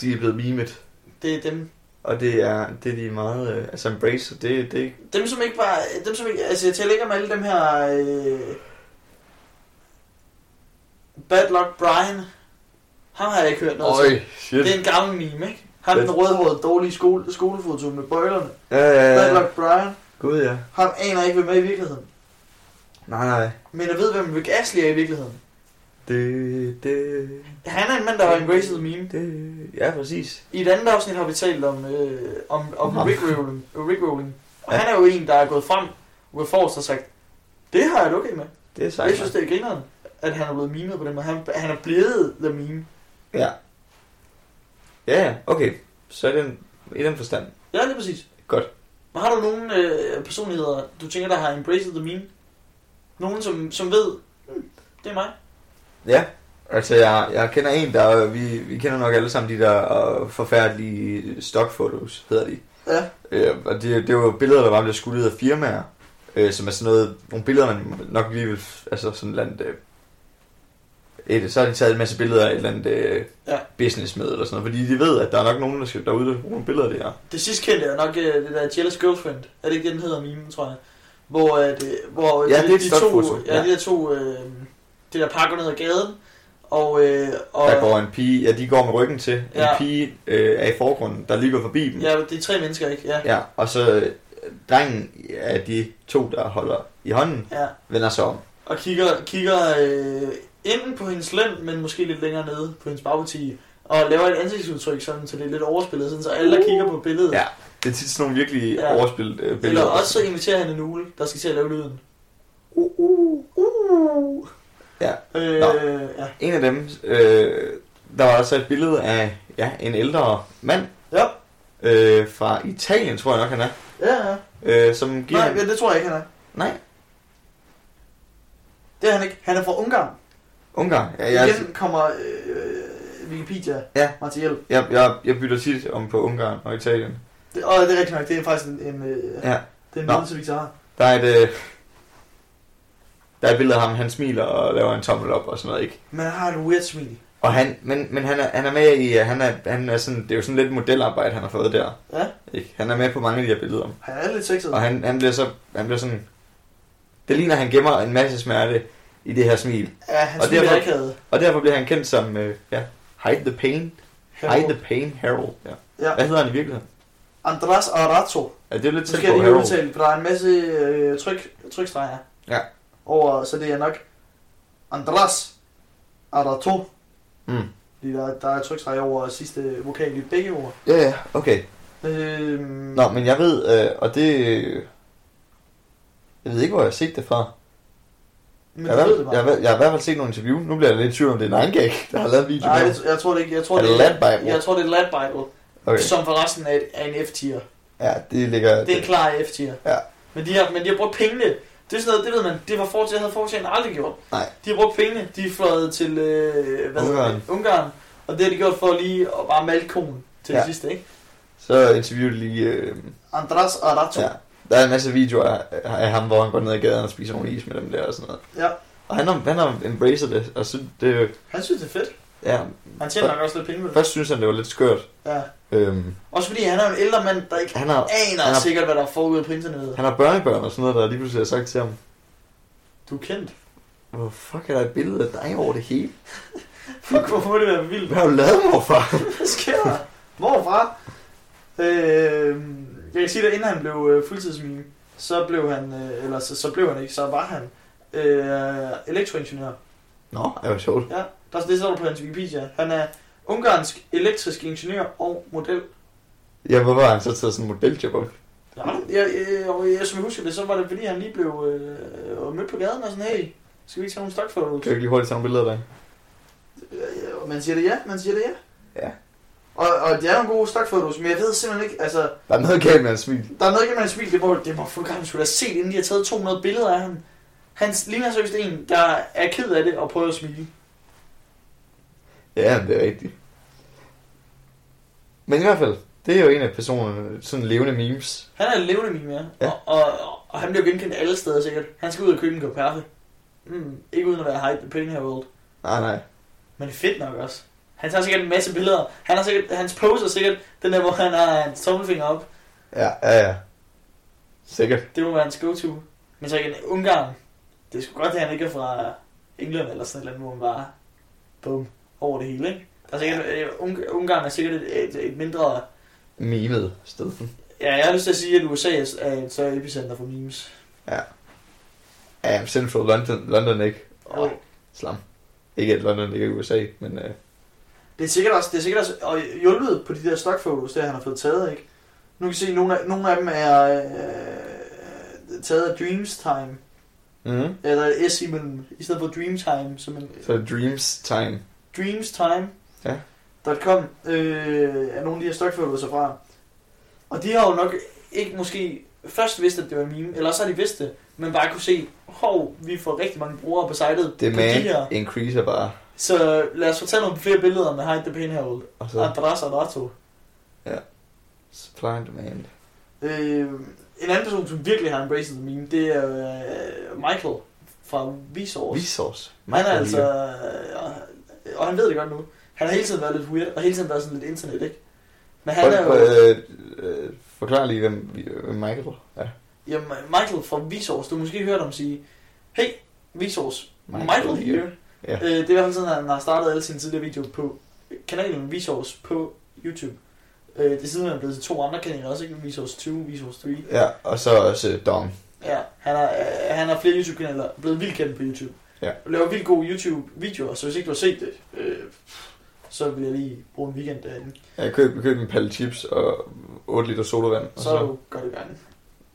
De er blevet mimet.
det er dem.
Og det er, det er de meget... Øh, altså embrace, det, det,
Dem, som ikke var... Dem, som ikke, altså, jeg taler ikke om alle dem her... Øh, Bad Luck Brian. Ham har jeg ikke hørt noget til.
shit.
Det er en gammel meme, ikke? Han den
Fedt.
rødhårede dårlige skole, skolefoto med bøjlerne.
Ja, ja,
Bad
ja.
Luck Brian.
Gud, ja.
Han aner ikke, hvem er i virkeligheden.
Nej, nej.
Men jeg ved, hvem Rick Astley er i virkeligheden.
Det, det,
Han er en mand, der har embraced the meme.
det... Ja, præcis.
I et andet afsnit har vi talt om, øh, om, om
Nå.
Rickrolling. Rickrolling. Og
Ja.
han er jo en, der er gået frem, gået forrest og sagt, det har jeg det okay med.
Det er
Tak,
sejt.
jeg synes, det er grineren, at han er blevet mimet på den måde. Han, han er blevet the meme.
Ja. Ja, ja, okay. Så er den i den forstand.
Ja, lige præcis.
Godt.
Men har du nogen øh, personligheder, du tænker, der har embraced the meme? Nogen, som, som ved, hmm, det er mig.
Ja. Altså, jeg, jeg kender en, der... Vi, vi kender nok alle sammen de der øh, forfærdelige stockfotos, hedder de.
Ja.
Øh, og det, det var jo billeder, der bare blev skudt ud af firmaer. Øh, som er sådan noget... Nogle billeder, man nok lige vil... Altså, sådan et eller andet... Øh, et, så har de taget en masse billeder af et eller andet øh,
Ja.
business med, eller sådan noget, fordi de ved, at der er nok nogen, der skal derude, der bruger nogle billeder af det her.
Det sidste kendte er nok øh, det der Jealous Girlfriend. Er det ikke det, den hedder meme, tror jeg? Hvor, at, øh, hvor
Ja,
de,
det er et
de
stolt
to,
foto,
ja,
ja.
de der to, øh, det der par går ned ad gaden, og, øh, og
Der går en pige, ja, de går med ryggen til. En
Ja.
pige øh, er i forgrunden, der lige går forbi dem.
ja, det er tre mennesker, ikke? Ja.
ja og så øh, drengen af de to, der holder i hånden,
ja.
vender sig om.
Og kigger, kigger øh, enten på hendes lænd, men måske lidt længere nede på hendes bagparti, og laver et ansigtsudtryk, sådan, så det er lidt overspillet, sådan, så alle, der kigger på billedet.
Ja, det er tit sådan nogle virkelig
Ja.
ja. overspillet øh, billeder.
Eller også så inviterer han en ugle, der skal til at lave lyden. Uh, uh, uh.
Ja.
Øh,
Nå.
ja.
En af dem, øh, der var også et billede af ja, en ældre mand
Ja.
øh, fra Italien, tror jeg nok han er,
Ja, ja.
øh, som giver...
Nej,
ham-
men det tror jeg ikke, han er.
Nej,
Det er han ikke. Han er fra Ungarn.
Ungarn. Ja,
Ja,
jeg,
Igen kommer øh, Wikipedia
Ja.
mig til hjælp.
jeg, jeg, jeg bytter tit om på Ungarn og Italien.
Det, og det er rigtigt nok, det er faktisk en, en, øh,
Ja.
det er en
Nå.
nydelse, vi tager.
Der er et, øh, der er et billede af ham, han smiler og laver en tommel op og sådan noget, ikke?
Men han har et weird smil.
Og han, men, men han, er, han er med i, øh, han er, han er sådan, det er jo sådan lidt modelarbejde, han har fået der.
Ja.
Ikke? Han er med på mange af de her billeder.
Han er lidt sexet.
Og han, han bliver så, han bliver sådan, det ligner, at han gemmer en masse smerte i det her smil.
Ja, han
og
smil er
derfor-
akavet.
Og derfor bliver han kendt som, øh, ja, Hide the Pain, Hide the Pain Harold. Ja.
Ja.
Hvad hedder han i virkeligheden?
Andras Arato.
Ja, det er
Nu
lidt tæt
skal jeg
på
lige
Harold.
udtale, for der er en masse øh, tryk, trykstreger.
Ja.
Over, så det er nok Andras Arato.
Mm.
Fordi der, der er trykstreger over sidste vokal i begge ord.
Ja, ja, okay.
Øhm,
Nå, men jeg ved, øh, og det... Øh, jeg ved ikke, hvor jeg har set det fra.
men
Jeg har,
du
i
ved det
hvert- jeg,
bare.
har, i- jeg har i hvert fald set nogle interview. Nu bliver jeg lidt i tvivl om, det er en gag, der har lavet video.
Nej, jeg, jeg tror det ikke. Jeg tror,
Er
det,
det Lad Bible?
Jeg tror, det er Lad Bible, okay.
Okay,
som forresten er, et, er en F-tier.
ja, det ligger...
Det er en klar F-tier.
Ja.
Men de har, men de har brugt pengene. Det er sådan noget, det ved man, det var fortid, jeg havde fortjent aldrig gjort.
Nej.
De har brugt pengene, de er fløjet til øh, hvad hedder det?
Ungarn.
Ungarn. Og det har de gjort for lige at bare malke konen til ja. det
Ja.
sidste, ikke?
Så interviewer de lige... Øh,
Andras Arato.
ja. Der er en masse videoer af, af ham, hvor han går ned ad gaden og spiser nogle is med dem der og sådan noget.
Ja.
Og han har, han har embraced det, og så det... øh,
Han synes, det er fedt.
Ja,
Han tjener nok også lidt penge med det.
først synes han, det var lidt skørt.
Ja.
Øhm,
Også fordi han er en ældre mand, der ikke
han har,
aner
Han er-
sikkert, hvad der er foregået på internettet.
han har børnebørn og sådan noget, der lige pludselig har sagt til ham,
Du er
<laughs>
kendt.
hvor fuck er der et billede af dig over det hele?
Fuck, hvor må det være vildt.
Hvad har du lavet, morfar?
<laughs> Hvad sker der? Hvorfra? Øh, jeg kan sige, at inden han blev øh, fuldtidsmime, så blev han, øh, eller så, så blev han ikke, så var han øh, elektroingeniør.
Nå, det var sjovt.
Ja, der, det står der på hans Wikipedia. Han er ungarsk elektrisk ingeniør og model.
Ja, hvorfor har han så taget sådan en modeljob op?
Ja, jeg, jeg, og jeg, som jeg husker det, så var det fordi, han lige blev øh, mødt på gaden og sådan, hey, skal vi ikke tage nogle stokfotos?
Kan du ikke lige hurtigt tage nogle billeder af dig?
Øh, og Man siger det ja, man siger det ja.
Ja.
Og, og de er nogle gode stokfotos, men jeg ved simpelthen ikke, altså,
Der er noget galt med at smile.
der er noget, ikke, man smil, det må, det må fotografen skulle da se, inden de har taget 200 billeder af ham. Han ligner seriøst en, der er ked af det og prøver at smile.
Ja, men det er rigtigt. Men i hvert fald, det er jo en af personerne, sådan levende memes.
Han er en levende meme, ja.
Ja.
ja. Og, og, og, han bliver genkendt alle steder sikkert. Han skal ud og købe en kop kaffe. Mm, ikke uden at være hype på den her world.
Nej, nej.
Men det er fedt nok også. Han tager sikkert en masse billeder. Han har sikkert, hans pose er sikkert den der, hvor han har hans tommelfinger op.
Ja, ja, ja. Sikkert.
Det må være hans go-to. Men så igen, Ungarn. Det er sgu godt, at han ikke er fra England eller sådan et eller andet, hvor man bare bum, over det hele, ikke? Der er sikkert, øh, Ung- Ungarn er sikkert et, et, et mindre...
Mimet Stedfen.
Ja, jeg har lyst til at sige, at USA er- er et større epicenter for memes.
Ja, Central London, London ikke.
Og
Slam. Ikke at London ligger i USA, men øh,
det er sikkert også, det er sikkert også og hjulpet på de der stockfotos, der han har fået taget, ikke? Nu kan I se, at nogle af, nogle af dem er øh, taget af Dreamstime.
mm.
Ja, der er et S imellem, i stedet for Dreamtime, som en
så Dreams Time. Ja.
dreamstime.com øh, er nogle af de her stokfølger sig fra. Og de har jo nok ikke måske først vidst, at det var en meme, eller så har de vidst det, men bare kunne se, hov, vi får rigtig mange brugere på sitet på de her.
Demand increaser bare.
Så lad os fortælle nogle flere billeder med Hide the Pain herude.
Og så
Adresse og dato.
supply and demand.
Øh, en anden person, som virkelig har embraced the meme, det er øh, Michael fra Vsauce.
Resource.
Han er altså... Øh, og han ved det godt nu. Han har hele tiden været lidt weird, og hele tiden været sådan lidt internet, ikke? Men han
Han
er
er
jo...
øh, øh, forklar lige, hvem, hvem Michael er.
Jamen, Michael fra Vsauce, du har måske hørt ham sige, Hey, Vsauce, Michael, Michael here.
Ja.
Yeah. Øh, det er i hvert fald sådan, at han har startet alle sine tidligere videoer på kanalen Vsauce på YouTube. Øh, det er siden, han er blevet til to andre kanaler også, ikke? Vsauce 2, Vsauce 3.
Ja, og så også øh, Dong.
Ja, han har, øh, han har flere YouTube-kanaler, blevet vildt kendt på YouTube.
Ja.
Og laver vildt gode YouTube-videoer, så hvis ikke du har set det, øh, så vil jeg lige bruge en weekend derinde.
Jeg køb, køb en palle chips og 8 liter sodavand. Og
Så
så,
er du godt i gang.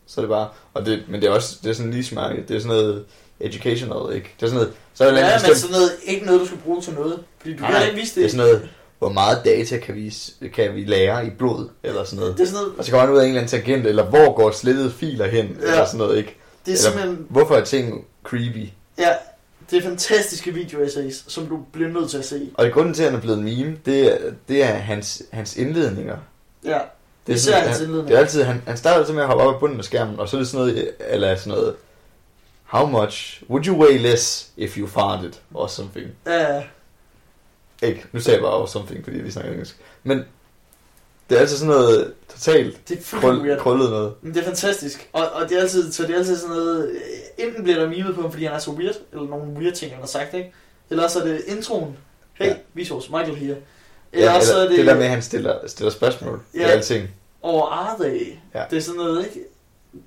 så er det bare... Og det, men det er også det er sådan lige smart. Det er sådan noget educational, ikke? Det er sådan noget... Så er der et eller andet
Ja, men
bestemt-
sådan noget, ikke noget, du skal bruge til noget. Fordi du
Nej,
kan heller ikke vise det.
Det er sådan noget, hvor meget data kan vi, kan vi lære i blod, eller sådan noget.
det er, sådan noget,
Og så kommer man ud af en eller anden tangent, eller hvor går slettede filer hen, ja. eller sådan noget, ikke?
det er
Eller-
simpelthen,
Hvorfor er ting creepy?
ja, det er fantastiske videoessays, som du bliver nødt til at se.
Og grunden til, at han er blevet en meme, det er, det er hans, hans indledninger.
Ja,
Det er,
Især
sådan,
hans
han,
indledninger.
det er altid, han, han starter altid med at hoppe op af bunden af skærmen, og så er det sådan noget, eller sådan noget, How much would you weigh less if you farted? Or something.
ja,
Ikke, nu sagde jeg bare or something, fordi vi snakker engelsk. Men det er altid sådan noget
<laughs>
totalt
det er fucking
krøl,
weird.
krøllet noget.
Men det er fantastisk, og, og det er altid, så det er altid sådan noget, øh, enten bliver der mimet på ham, fordi han er så weird, eller nogle weird ting, han har sagt, ikke? Eller så er det introen, hey,
Ja.
ja. Vsauce, Michael her.
Ja,
Eller, ja, så er det,
det der med, at han stiller, stiller spørgsmål ja.
Ja.
i alting.
over are they?
Ja.
Det er sådan noget, ikke?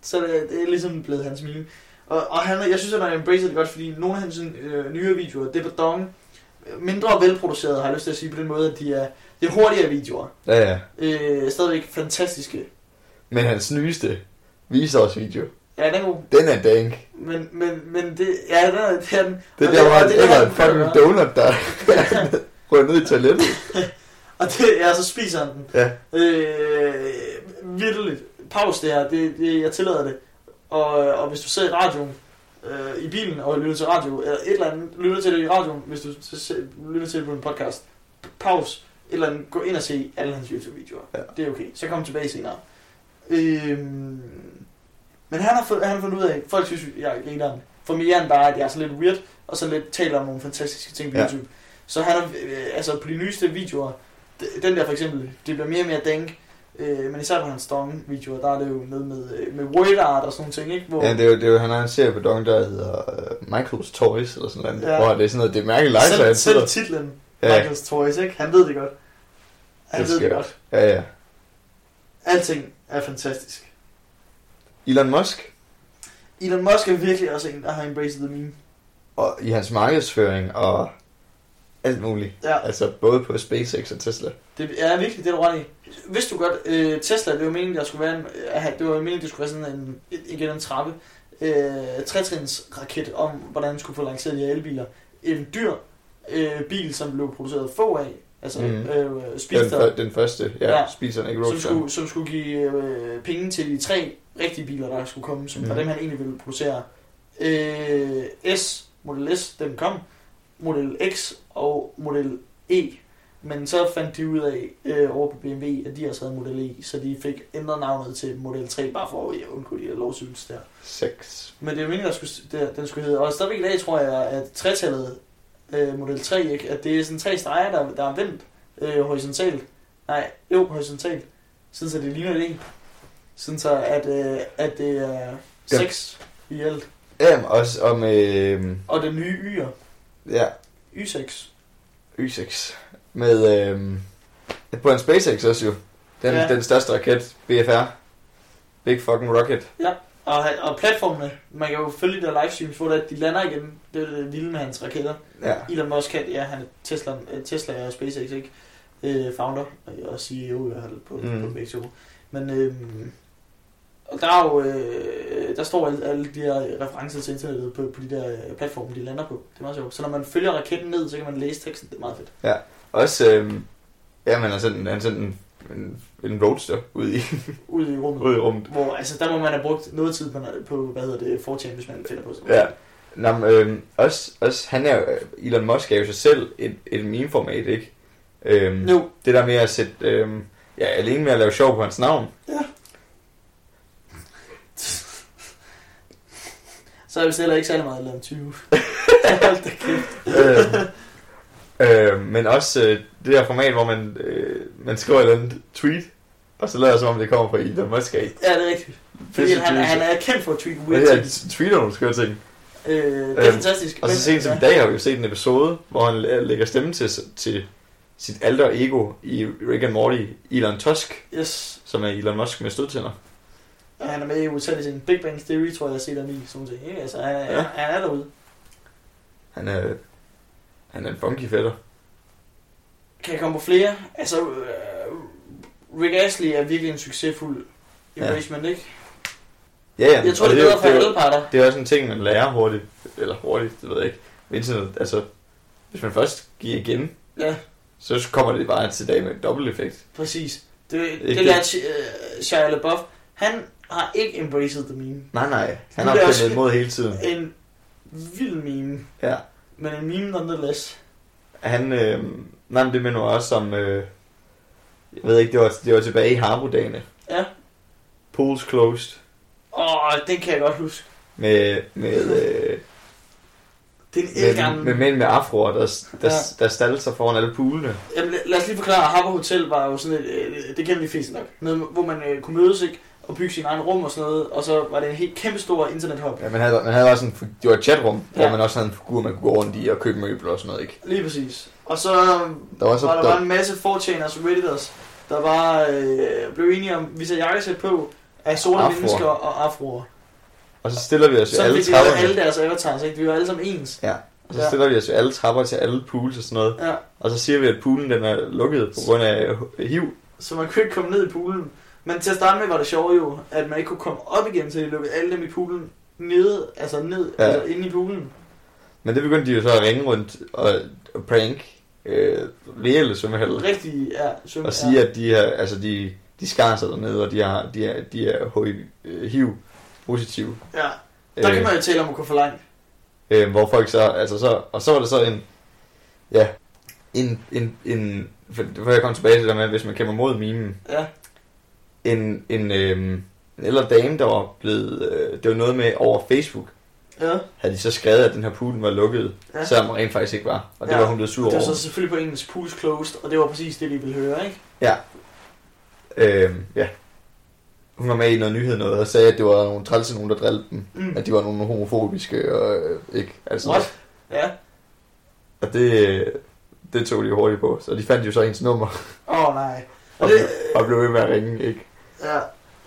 Så det, det er ligesom blevet hans meme. Og, og han, jeg synes, at han embracer det godt, fordi nogle af hans sådan, øh, nyere videoer, det er på dong, mindre velproduceret, har jeg lyst til at sige på den måde, at de er, det er hurtigere videoer.
Ja, ja.
Øh, stadigvæk fantastiske.
Men hans nyeste viser os video.
Ja, den er god.
Den er dank.
Men, men, men det, ja, den er, det er den.
Det
Og
der, hvor
og
han
det er der,
æder en
han
fucking
gør.
donut, <laughs> der rører ned i toilettet.
Og det, ja, så spiser han den.
Ja.
Øh, virkelig. Paus det her. Det, det, jeg tillader det. Og, og hvis du sidder i radioen, øh, i bilen og lytter til radio, eller et eller andet, lytter til det i radioen, hvis du så se- lytter til det på en podcast, pause, et eller andet, gå ind og se alle hans YouTube-videoer.
Ja.
Det er okay. Så kom tilbage senere. Øh, men han har, fået, han har fundet ud af, folk synes, jeg er grineren. For mere end bare, at jeg er så lidt weird, og så lidt taler om nogle fantastiske ting på
Ja.
ja. YouTube. Så han har, øh, altså på de nyeste videoer, d- den der for eksempel, det bliver mere og mere dank, øh, men især på hans Dong-videoer, der er det jo noget med, øh, med word art og sådan nogle ting, ikke? Hvor,
Ja, det er jo, det er jo han har en serie på Dong, der hedder uh, Michael's Toys, eller sådan noget. Ja.
Ja.
Hvor det er sådan noget, det er mærkeligt lejse,
selv,
han
selv
sidder.
titlen,
Ja.
ja. Michaels Toys, ikke? Han ved det godt. Han
Det er
ved det
skørt.
godt.
Ja, ja.
Alting er fantastisk.
Elon Musk,
Elon Musk er virkelig også en, der har embraced the meme.
og i hans markedsføring, og alt muligt.
Ja.
Altså både på SpaceX og Tesla.
Det er virkelig det, er du ret i. Hvis du godt, øh, Tesla, det var meningen, der skulle være en, øh, det var meningen, det skulle være sådan en, igen en trappe, øh, trætrins raket om, hvordan man skulle få lanceret de her elbiler. En dyr øh, bil, som blev produceret få af, Altså,
Mhm.
mm. øh,
Den,
speedster,
før, den første, ja, ja.
Ja.
spiseren ikke
som
roadster.
skulle, som skulle give øh, penge til de tre rigtige biler, der skulle komme, som var
Mhm.
dem, han egentlig ville producere. Øh, S, Model S, den kom, Model X og Model E. Men så fandt de ud af øh, over på BMW, at de også havde Model E, så de fik ændret navnet til Model 3, bare for at undgå de der lovsyns der.
Seks.
Men det er jo meningen, der skulle, der, den skulle hedde. Og stadigvæk i dag tror jeg, at tretallet øh, Model 3, ikke? at det er sådan tre streger, der, der er vendt øh, horisontalt. Nej, jo, horisontalt. Sådan så det ligner det ikke. Sådan så, at, øh, at det er 6 i alt.
Ja, Øhm, også om, øh,
Og den nye Y'er,
ja,
Y6.
Y6. Med, øh, på en SpaceX også jo. Den, ja.
Ja.
den største raket, BFR. Big fucking rocket.
Og, han- og platformene, man kan jo følge de der livestreams, hvor det er, at de lander igen. Det er det vilde med hans raketter.
Ja.
Elon Musk, han, ja, han er Tesla, øh, Tesla og SpaceX, ikke? Øh, founder øh, og CEO i hvert fald på,
Mm.
mm. på begge to. Men øh, og der er jo, øh, der står alle, alle de her referencer til internettet på, på de der øh, platforme, de lander på. Det er meget sjovt. Så når man følger raketten ned, så kan man læse teksten. Det er meget fedt.
Også, øh, ja, man har sendt, en- han har sendt en, en, en roadster ud i,
Ud i rummet.
ud i rummet.
Hvor, altså, der må man have brugt noget tid på, på hvad hedder det, 4 hvis man finder på sådan
Ja. Nå, men, øh, også, også, han er jo, Elon Musk er jo sig selv et, et meme-format, ikke? Øhm,
Jo,
Det der med at sætte, øhm, ja, alene med at lave sjov på hans navn.
så er vi heller ikke særlig meget lavet
<laughs>
20. Hold da kæft.
øh, øh, men også øh, det der format, hvor man, øh, man skriver et eller andet tweet, og så lader det, som om det kommer fra Elon Musk af.
Ja, det er rigtigt. Fordi han, han er kendt for at tweet
Hvad
weird
hedder
ting.
det? Tweeter nogle skøre ting.
Øh, det er
Øhm,
fantastisk.
Og så
Men-
sent som i dag har vi jo set en episode, hvor han læ- lægger stemme til, til sit alter ego i Rick and Morty, Elon Tusk,
Yes,
som er Elon Musk med stødtænder.
og han er med i utallige ting. Big Bang Theory, tror jeg, jeg har set ham i, sådan ting. Ikke? Altså, han,
Ja.
ja. han er derude.
Han er, han er en funky fætter.
Kan jeg komme på flere? Altså, øh, Rick Astley er virkelig en succesfuld
Ja.
erasement, ikke?
Ja, ja,
Jeg tror,
og
det er
jo-
bedre for
jo-
alle parter.
Det er også en ting, man lærer hurtigt. Eller hurtigt, det ved jeg ikke. Ved Internet, altså, hvis man først giver igen,
Ja.
så kommer det bare til dag med en dobbelt effekt.
Præcis. Det,
Ikke
det lærte øh, Shia LaBeouf. Han har ikke embraced the meme.
Nej, nej. Han
Nu
har
er det
opfundet
også-
mod hele tiden.
En vild meme,
Ja.
men en meme nonetheless.
Han, øh, nej, men det minder mig også om, øh, jeg ved ikke, det var, det var tilbage i Harbo-dagene.
Ja.
Pools Closed.
Åh, den kan jeg godt huske.
Med, med, øh,
Det er en
med,
elgammel
med mænd med afroer, der, der,
Ja.
der stalte sig foran alle poolene.
Jamen, lad- lad os lige forklare, at Harbour Hotel var jo sådan et, øh, det kender de fleste nok, noget, hvor man øh, kunne mødes ikke, og bygge sin egen rum og sådan noget, og så var det en helt kæmpe stor internethop.
Ja, man havde, man havde også en, det var et chatrum, ja. hvor
Ja.
man også havde en figur, man kunne gå rundt i og købe møbler og sådan noget, ikke?
Lige præcis. Og så,
Der var så,
var der
der-
bare en masse fortjeners og redditors, der var, øh, blev enige om, vi tager jakkesæt på, af sorte
Afroer.
afroer. mennesker og afroer.
Og så stiller vi os jo
Så
alle
vi lavede alle
trapperne.
deres avatars, ikke? Vi var alle sammen ens.
Og så stiller vi os jo alle trapper til alle pools og sådan noget.
Ja,
Og så siger vi, at poolen den er lukket på grund af HIV.
så man kunne ikke komme ned i poolen. Men til at starte med var det sjovt jo, at man ikke kunne komme op igen, så de lukkede alle dem i poolen nede, altså ned,
Ja.
ja. altså inde i poolen.
Men det begyndte de jo så at ringe rundt og, og prank øh, reelle svømmehaller.
Rigtig, ja. Søm,
Og sige, at de, har, altså de, de skar sig dernede, og de, har, de, er, de er HIV, øh, HIV positive.
Ja, der kan
Øh,
man jo tale om at gå for langt.
øh, hvor folk så, altså så, og så var det så en, ja, en, en, en for, for jeg kom tilbage til det der med, hvis man kæmper mod mimen,
Ja,
en, en, øh, en ældre dame, der var blevet, øh, det var noget med over Facebook,
ja.
havde de så skrevet, at den her pool var lukket, ja.
Ja.
selvom den rent faktisk ikke var. Og det ja.
Ja.
var hun blevet sur
Det var
over.
så selvfølgelig på engelsk pools closed, og det var præcis det, vi ville høre, ikke?
Øhm, ja. Hun var med i noget nyhed noget, og sagde, at det var nogle trælse nogen, der drillede dem.
Mm.
At de var nogle homofobiske, og øh, ikke? Altså,
What? Ja.
Og det, øh, det tog de jo hurtigt på. Så de fandt jo så hendes nummer,
Åh, oh, nej.
og,
Og
det...
det-
blev, og blev ved med at ringe, ikke?
Ja.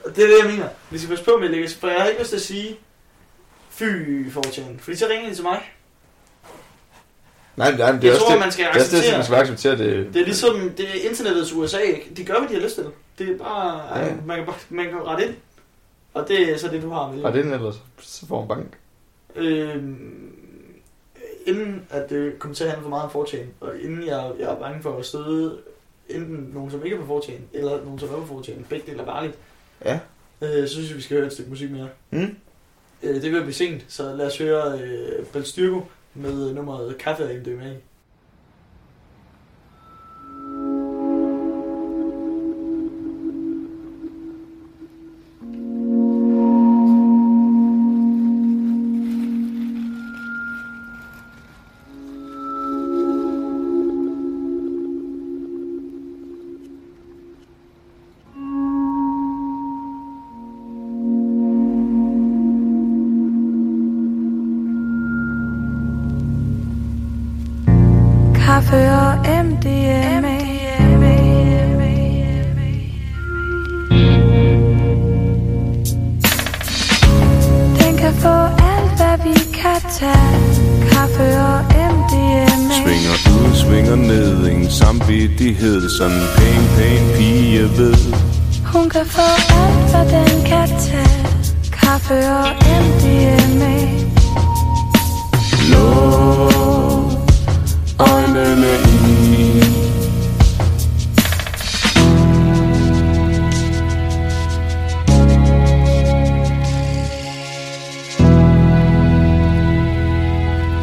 Og Det er det, jeg mener. Vi skal passe på med at lægge for jeg har ikke lyst til at sige, fy fortjen, fordi så ringer de til mig.
Nej, nej, men det er
Jeg
også
tror,
det,
man skal
det, er også det,
acceptere.
man skal acceptere det.
Det er ligesom det er internettets USA, ikke? De gør, hvad de har lyst til. Det er bare,
Ja.
ja. man, kan bare man kan rette ind. Og det er så det, du har med.
Og det er den ellers, så får hun bank.
Øhm, inden at det kom til at handle for meget om fortjen, og inden jeg, jeg er bange for at støde enten nogen, som ikke er på fortjen, eller nogen, som er på fortjen, begge dele er farligt,
Ja.
øh, så synes jeg, vi skal høre et stykke musik mere.
Mm.
Øh, det vil blive sent, så lad os høre øh, Balstyrko med nummeret Kaffe af MDMA.
Kaffe og MDMA. Den kan få alt, hvad vi kan tage. Kaffe og MDMA.
Svinger ud, svinger ned, ingen samvittighed Sådan en pæn, pæn pige ved
Hun kan få alt, hvad den kan tage. Kaffe og MDMA.
Lå øjnene i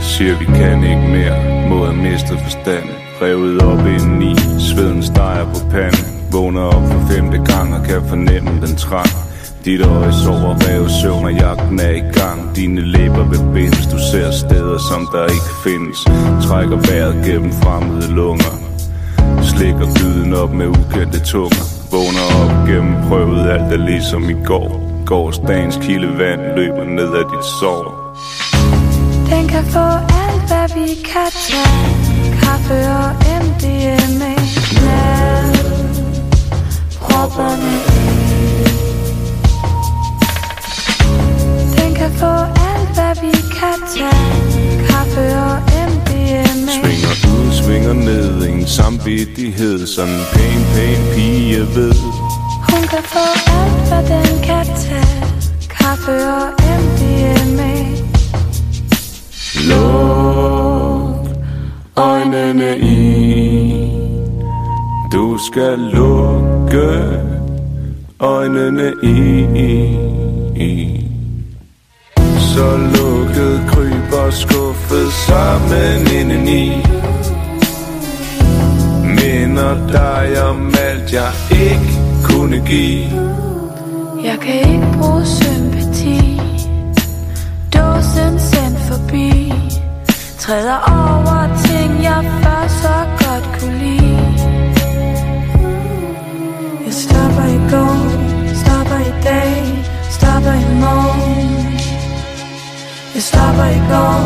Siger vi kan ikke mere Må have mistet forstand Revet op indeni Sveden steger på panden Vågner op for femte gang Og kan fornemme den trang Dit øje sover rev søvn og jagten er i gang Dine læber vil bindes Du ser steder som der ikke findes Trækker vejret gennem fremmede lunger Slikker dyden op med ukendte tunger Vågner op gennem prøvet Alt er ligesom i går Gårsdagens kildevand løber ned ad dit sår
Den kan få alt, hvad vi kan tage. Kaffe og MDMA. Lad propperne i. Den kan få alt, hvad vi kan tage. Kaffe og MDMA.
Svinger ud, svinger ned, ingen samvittighed Sådan en pæn, pæn pige ved
Hun kan få alt, hvad den kan tage. Kaffe og MDMA.
Luk øjnene i Du skal lukke øjnene i, i. Så lukket kryber skuffet sammen indeni Minder dig om alt jeg ikke kunne give
Jeg kan ikke bruge sympati Dåsen sendt forbi Træder over ting jeg før så godt kunne lide Jeg stopper i går Stopper i dag Stopper i morgen Jeg stopper i går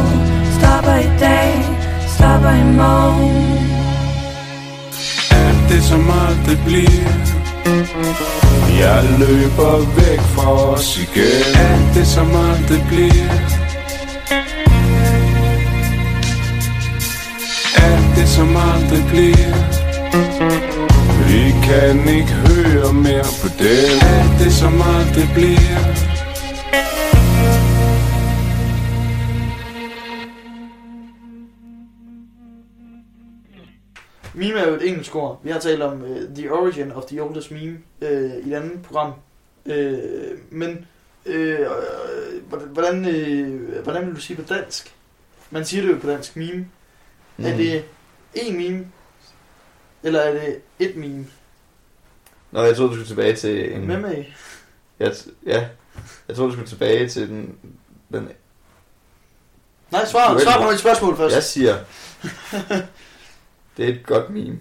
Stopper i dag Stopper i morgen
Alt det som aldrig bliver Jeg løber væk fra os igen Alt det som aldrig bliver Alt det som aldrig bliver Vi kan ikke høre mere på det Alt det som aldrig bliver
Meme er jo et engelsk ord. Vi har talt om uh, The Origin of the Oldest Meme uh, i et andet program. Uh, men uh, hvordan, uh, hvordan vil du sige på dansk? Man siger det jo på dansk meme. Mm.
Hmm.
Er det en meme? Eller er det et meme?
Nå, jeg troede, du skulle tilbage til en...
Mm. Med mig?
Jeg, t- ja, jeg troede, du skulle tilbage til den... den
Nej, svar,
Duel.
svar på mit spørgsmål først.
jeg
Yes. <laughs>
siger... det er et godt meme.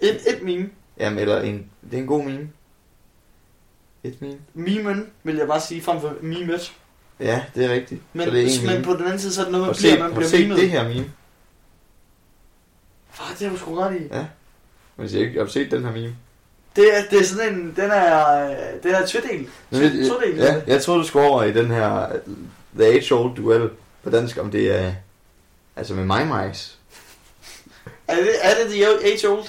Et, et meme.
Jamen, eller en... Det er en god meme. Et meme.
Memen, vil jeg bare sige, frem for memet.
Ja, det er rigtigt.
Men,
så det er en
men
meme.
på den anden side, så er det noget, man
og se,
bliver, man
og
bliver
se
memet.
det her meme.
Fuck, det har du sgu ret i.
Men jeg ikke, har du set den her meme?
Det er, det er sådan en, den er, øh, den er tvedel.
Men jeg-
Todel.
ja, jeg troede, du skulle over i den her øh, The Age Old Duel på dansk, om det er... Altså med mig, Mike's.
Er det, er det The Age Old?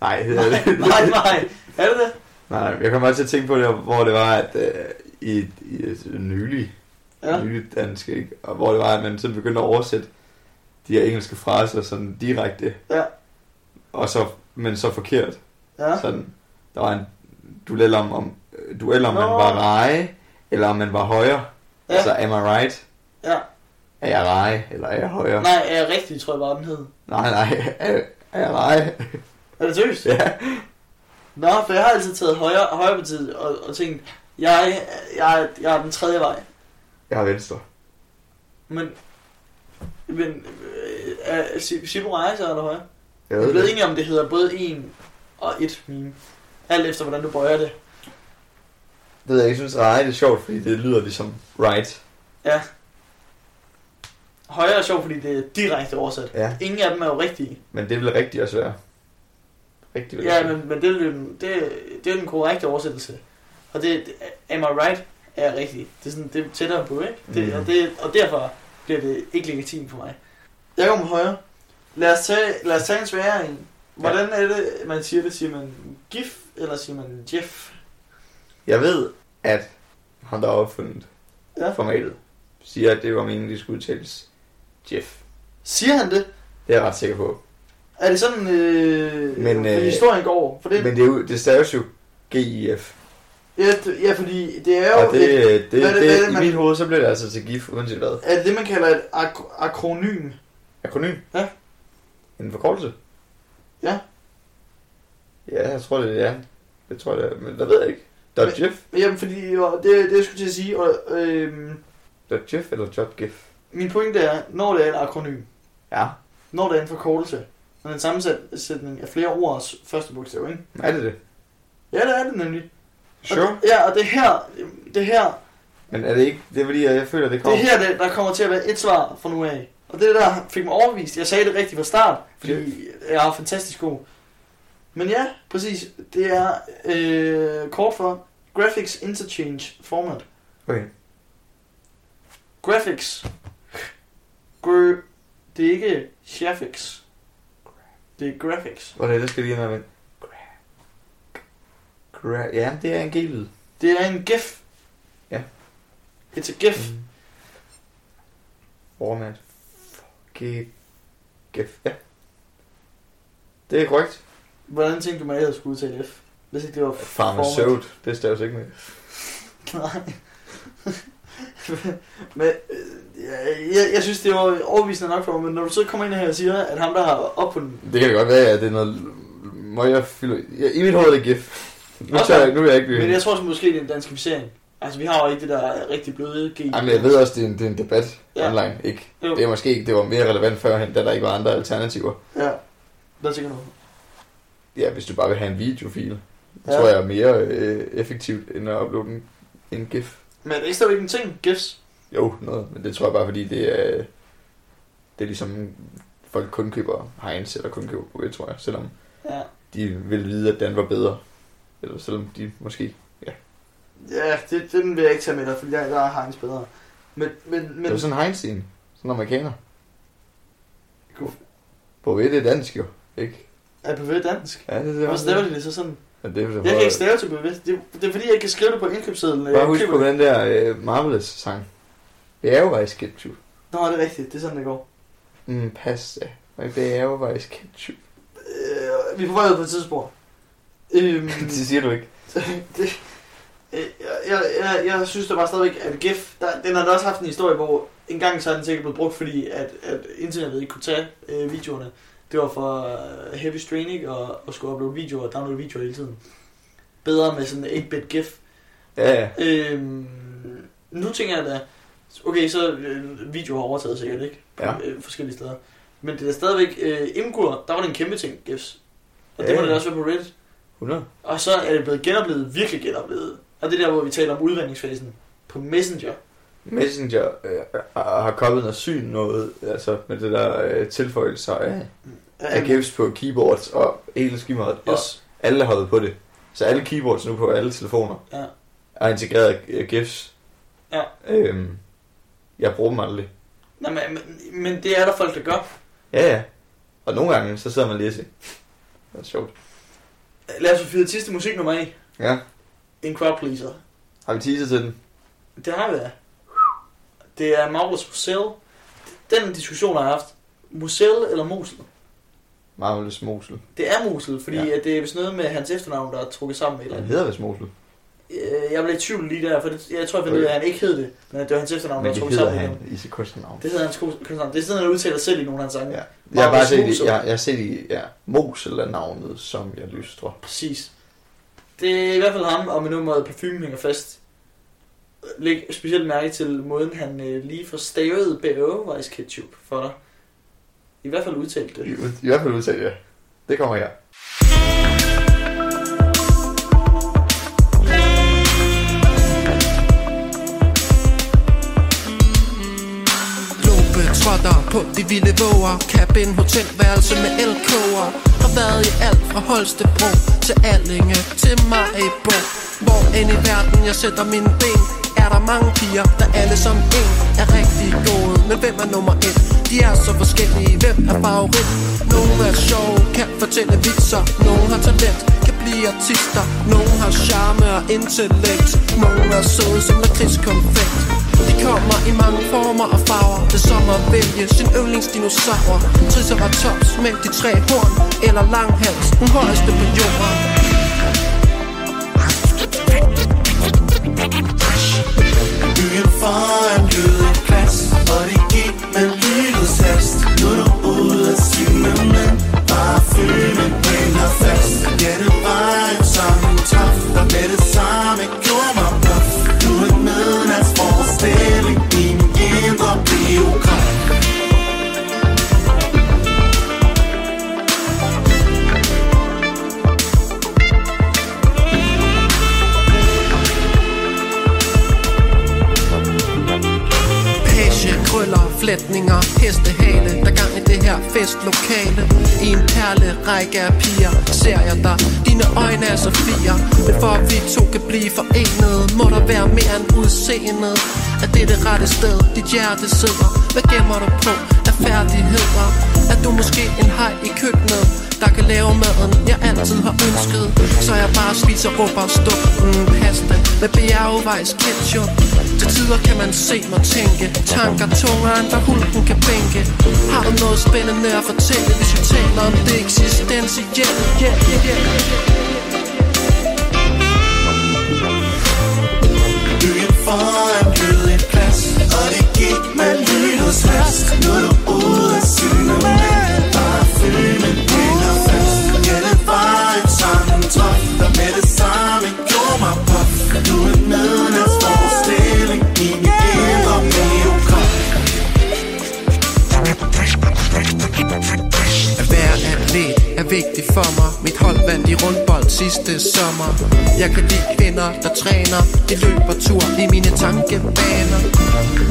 Nej, det
Nej,
er det. <laughs>
nej, nej. Er det det?
Nej, jeg kom bare til at tænke på det, hvor det var, at øh, i, i altså, nylig,
Ja.
ja. nylig dansk, ikke? Og hvor det var, at man sådan begyndte at oversætte de her engelske fraser sådan direkte.
Ja.
Og så, men så forkert.
Ja.
Sådan, der var en duel om, om, øh, duel om man
Nå.
var reje, eller om man var højre.
Ja.
Ja. Altså, am I right?
Ja.
Er jeg reje, eller er jeg højre?
Nej, er jeg rigtig, tror jeg bare, den hed.
nej, nej er, er jeg reje?
Er det seriøst?
<laughs> ja.
Nå, for jeg har altid taget højre, højrepartiet og, og tænkt, jeg, jeg, jeg er den tredje vej.
Jeg er venstre.
Men, men øh, er Simo Rejser eller højre? Jeg
Jeg
er
ved
blevet
det.
enige om, det hedder både en og et meme. Alt efter, hvordan du bøjer det.
Det ved jeg ikke, jeg synes, reje det er sjovt, fordi det lyder ligesom right.
Højre er sjovt, fordi det er direkte oversat.
Ja.
Ingen af dem er jo rigtige.
Men det vil rigtigt også være. Rigtigt vil
Ja,
også være.
men, men det, er jo den- det, er- det er den korrekte oversættelse. Og det, det- am I right, er jeg rigtig. Det er, sådan, det er tættere på, ikke? Det,
Mhm.
og, det, og derfor bliver det ikke legitimt for mig. Jeg kommer højre. Lad os tage, lad os tage en sværere en. Hvordan er det, man siger det? Siger man gif, eller siger man jeff?
Jeg ved, at han der har opfundet
Ja.
ja. formatet, siger, at det var meningen, det skulle udtales Jeff.
Siger han det?
Det er jeg ret sikker på.
Er det sådan, øh,
Men,
men,
øh,
øh, historien går? For det,
Men det, er jo, det staves jo GIF.
ja, det- ja, fordi det er jo
Og det, øh,
det, et,
det, det,
hvad er det- hvad er
det,
det,
i
man-
mit hoved, så bliver det altså til GIF, uanset hvad.
er det, det, man kalder et ak- akronym.
Akronym?
Ja.
En forkortelse?
Ja.
Ja, jeg tror, det er. Det tror jeg, det er. Men der ved jeg ikke. Dot GIF?
Jamen, fordi og det, det jeg skulle til at sige, og, øh,
Dot GIF eller dot GIF?
min pointe er, når det er et akronym,
Ja.
når det er en forkortelse, når det er en sammensætning af flere ords første bogstav, ikke?
Er det det?
Ja, det er det nemlig.
Sure.
Og, ja, og det her, det her,
Men er det ikke? Det er fordi, jeg, jeg føler, det
det
kommer.
her, det, der kommer til at være et svar fra nu af. Og det der fik mig overbevist. Jeg sagde det rigtigt fra start, fordi jeg er fantastisk god. Men ja, præcis. Det er øh, kort for Graphics Interchange Format.
Okay.
Graphics. Gr- det er ikke graphics. Det er graphics.
Hvordan det skal lige have med? Gra- ja, det er en G-lyd.
Det er en gif.
Ja.
It's a gif.
Mm. Format. G... GIF. Ja. Det er korrekt.
Hvordan tænkte du mig, at jeg skulle udtale F? Hvis ikke det var format.
Farmaceut. Det staves ikke med.
<laughs> Nej. men øh, jeg, jeg, jeg, synes, det var overbevisende nok for mig, men når du så kommer ind her og siger, at ham, der har opfundet...
Det kan godt være, at det er noget... Må jeg fylde... Ja, I mit hoved er det GIF. Nu,
Også-
tør jeg, nu er jeg ikke
Men jeg
blive...
tror så måske, det er en danskificering. Altså, vi har jo ikke det der rigtig bløde G.
Jamen, jeg ved også, det er en, det er en debat
Ja.
ja. online, ikke?
Jo.
Det er måske ikke, det var mere relevant førhen, da der ikke var andre alternativer.
Ja. Hvad tænker du?
Ja, hvis du bare vil have en videofil. Det
Ja.
ja. tror jeg er mere øh, effektivt, end at uploade en, en GIF.
Men er det ikke stadigvæk en ting, GIFs?
Jo, noget. Men det tror jeg bare, fordi det er... Det er ligesom... Folk kun køber Heinz eller kun køber Bouet, tror jeg. Selvom
Ja.
de vil vide, at den var bedre. Eller selvom de måske...
Ja, det, den vil jeg ikke tage med dig, fordi jeg, der er Heinz bedre. Men, men,
Men... Det
men...
er sådan en heinz en. Sådan en amerikaner.
God.
Bouet er dansk jo, ikke?
Er bevæget dansk?
Ja, det er
Hvorfor staver de det så sådan?
Men det
Jeg
er,
kan ikke
bare,
stave til bevidst. Det, det er fordi, jeg ikke kan skrive det på indkøbssedlen. når
bare
jeg
husk
køber
på
det.
den der øh, Marvelous-sang. Bjergevejs ketchup.
Nå, det er rigtigt. Det er sådan, det går.
Mm, pasta. Og bjergevejs ketchup. <laughs>
Øh, vi er på vej ud på et tidsspor. Øhm,
<laughs> det siger du ikke.
det, øh, jeg, jeg, jeg, jeg synes da bare stadigvæk, at GIF, der, den har da også haft en historie, hvor en gang så er den sikkert blevet brugt, fordi at, at internettet ikke kunne tage øh, videoerne. Det var for øh, heavy strain, ikke? Og, og skulle uploade videoer og downloade videoer hele tiden. Bedre med sådan en 8-bit GIF.
Ja, ja.
Øhm, nu tænker jeg da, okay, så øh, video har overtaget sikkert, ikke?
Ja.
Øh, forskellige steder. Men det er stadigvæk, øh, Imgur, der var det en kæmpe ting, GIFs. Og det
Ja.
må det da også være på Reddit.
100.
Og så er det blevet genoplevet, virkelig genoplevet. Og det er der, hvor vi taler om udvandingsfasen på Messenger.
Messenger øh, har kommet noget syn noget, altså med det der øh, tilføjelser af, af GIFs på keyboards og hele skimmeret, og
Yes.
alle har hoppet på det. Så alle keyboards nu på alle telefoner
Ja.
er integreret øh, GIFs.
Ja.
Øhm, jeg bruger dem aldrig.
Nå, men, men, men det er der folk, der gør.
Ja, ja. Og nogle gange, så sidder man lige og siger, det er sjovt.
Lad os få fyret sidste musiknummer af.
Ja.
En crowd pleaser.
Har vi teaset til den?
Det har vi da. Det er Maurits Purcell. Den diskussion har jeg haft Mosel eller Mosel?
Marvelous Mosel.
Det er Mosel, fordi
Ja.
ja. det er vist noget med hans efternavn, der er trukket sammen med et eller
Han
andet.
hedder vist Mosel.
Øh, Jeg blev i tvivl lige der, for det, jeg tror, jeg fandt ud af, at han ikke hed det, men at det var hans efternavn,
Men
der var
det
trukket
hedder
sammen med
han
ham.
i sit kunstnernavn.
Det hedder hans kunstnernavn. Det er sådan, han udtaler selv i nogle af hans sange.
Ja.
Ja.
Jeg har bare
Marvelous
set, det,
Mosel.
jeg, jeg har set i, ja, Mosel er navnet, som jeg lystrer.
Præcis. Det er i hvert fald ham, og med nummeret Parfume hænger fast. Læg specielt mærke til måden, han øh, lige får stavet Bævevejs Ketchup for dig. I hvert fald udtalt det.
I, i hvert fald udtalt, ja. Det kommer her.
Globe trotter på de vilde våger Cabin hotelværelse med elkoger Har været i alt fra Holstebro til Allinge til Majbo Hvor end i verden jeg sætter mine ben Er der mange piger, der alle som en Er rigtig gode, men hvem er nummer et? De er så forskellige, hvem er favorit? Nogle er sjove, kan fortælle vitser Nogle har talent, kan blive artister Nogle har charme og intellekt Nogle er søde som lakridskonfekt de kommer i mange former og farver Det er som at vælge sin yndlingsdinosaur Triceratops med de tre horn Eller langhals, den højeste på jorden
Byen foran lød et glas Og det gik med livets hast Nu er du ude af sine mænd Bare føl min hænder fast Ja, det var en sådan tof Der med det samme gjorde mig bluff Du er en midnatsforestilling I min indre biograf
Page, krøller, flætninger, hestehale Der gang i det her festlokale I en perle række af piger Ser jeg dig, dine øjne er så fire Men for at vi to kan blive forenet Må der være mere end udseendet Er det det rette sted, dit hjerte sidder Hvad gemmer du på af færdigheder? Er du måske en hej i køkkenet Der kan lave maden, jeg altid har ønsket Så jeg bare spiser råber og stå mm, pasta Med bjergevejs ketchup Til tider kan man se mig tænke Tanker tungere end hvad hulken kan bænke Har du noget spændende at fortælle Hvis vi taler om det eksistentielle yeah, yeah, yeah.
Byen foran lød et glas Og det gik med lynets hast Nu er du ude af syne men Bare føl min hænder fast Ja, det var en sådan top Der med det samme gjorde mig pop Du er en midnatsforestilling I min indre biograf
At være atlet er vigtigt for mig Mit hold vandt i rundbold sidste sommer Jeg kan lide kvinder, der træner De løber tur i mine tankebaner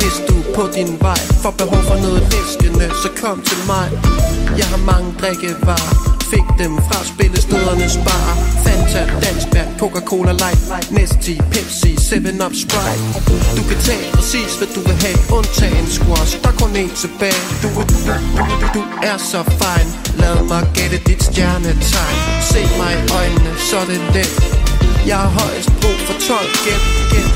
Hvis du er på din vej Får behov for noget væskende Så kom til mig Jeg har mange drikkevarer Fik dem fra spillestedernes bar Fanta, Dansberg, Coca-Cola Light Nesti, Pepsi, 7-Up Sprite Du kan tage præcis hvad du vil have Undtagen squash, der er kun én tilbage Du er du er så fejn Lad mig gætte dit stjernetegn Se mig i øjnene, så er det let Jeg har højst brug for 12 gæt, gæt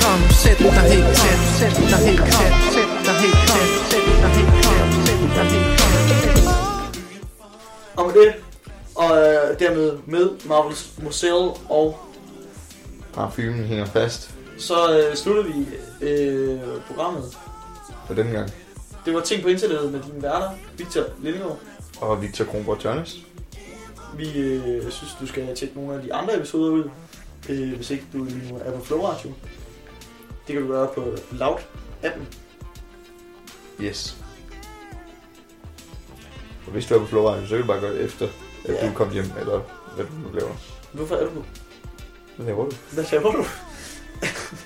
Kom, sæt dig helt tæt Sæt dig helt tæt Sæt dig helt tæt Sæt dig helt tæt Sæt dig helt tæt
Og med det, og øh, dermed med Marvels Mosel, og
Parfumen hænger fast
så øh, slutter vi øh, programmet.
på den gang.
Det var ting på internettet med dine værter, Victor Lindegård.
Og Victor Kronborg Tørnes.
Vi øh, synes, du skal tjekke nogle af de andre episoder ud, øh, hvis ikke du lige nu er på Flow Radio. Det kan du gøre på Loud appen.
Yes. Og hvis du er på florvejen, så kan du bare gøre det efter, at
Ja.
du kom hjem, eller hvad du nu laver.
Hvorfor er du på?
Hvad laver du?
Hvad laver du?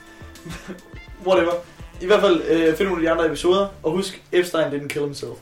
<laughs> Whatever. I hvert fald øh, find nogle af de andre episoder, og husk, Epstein didn't kill himself.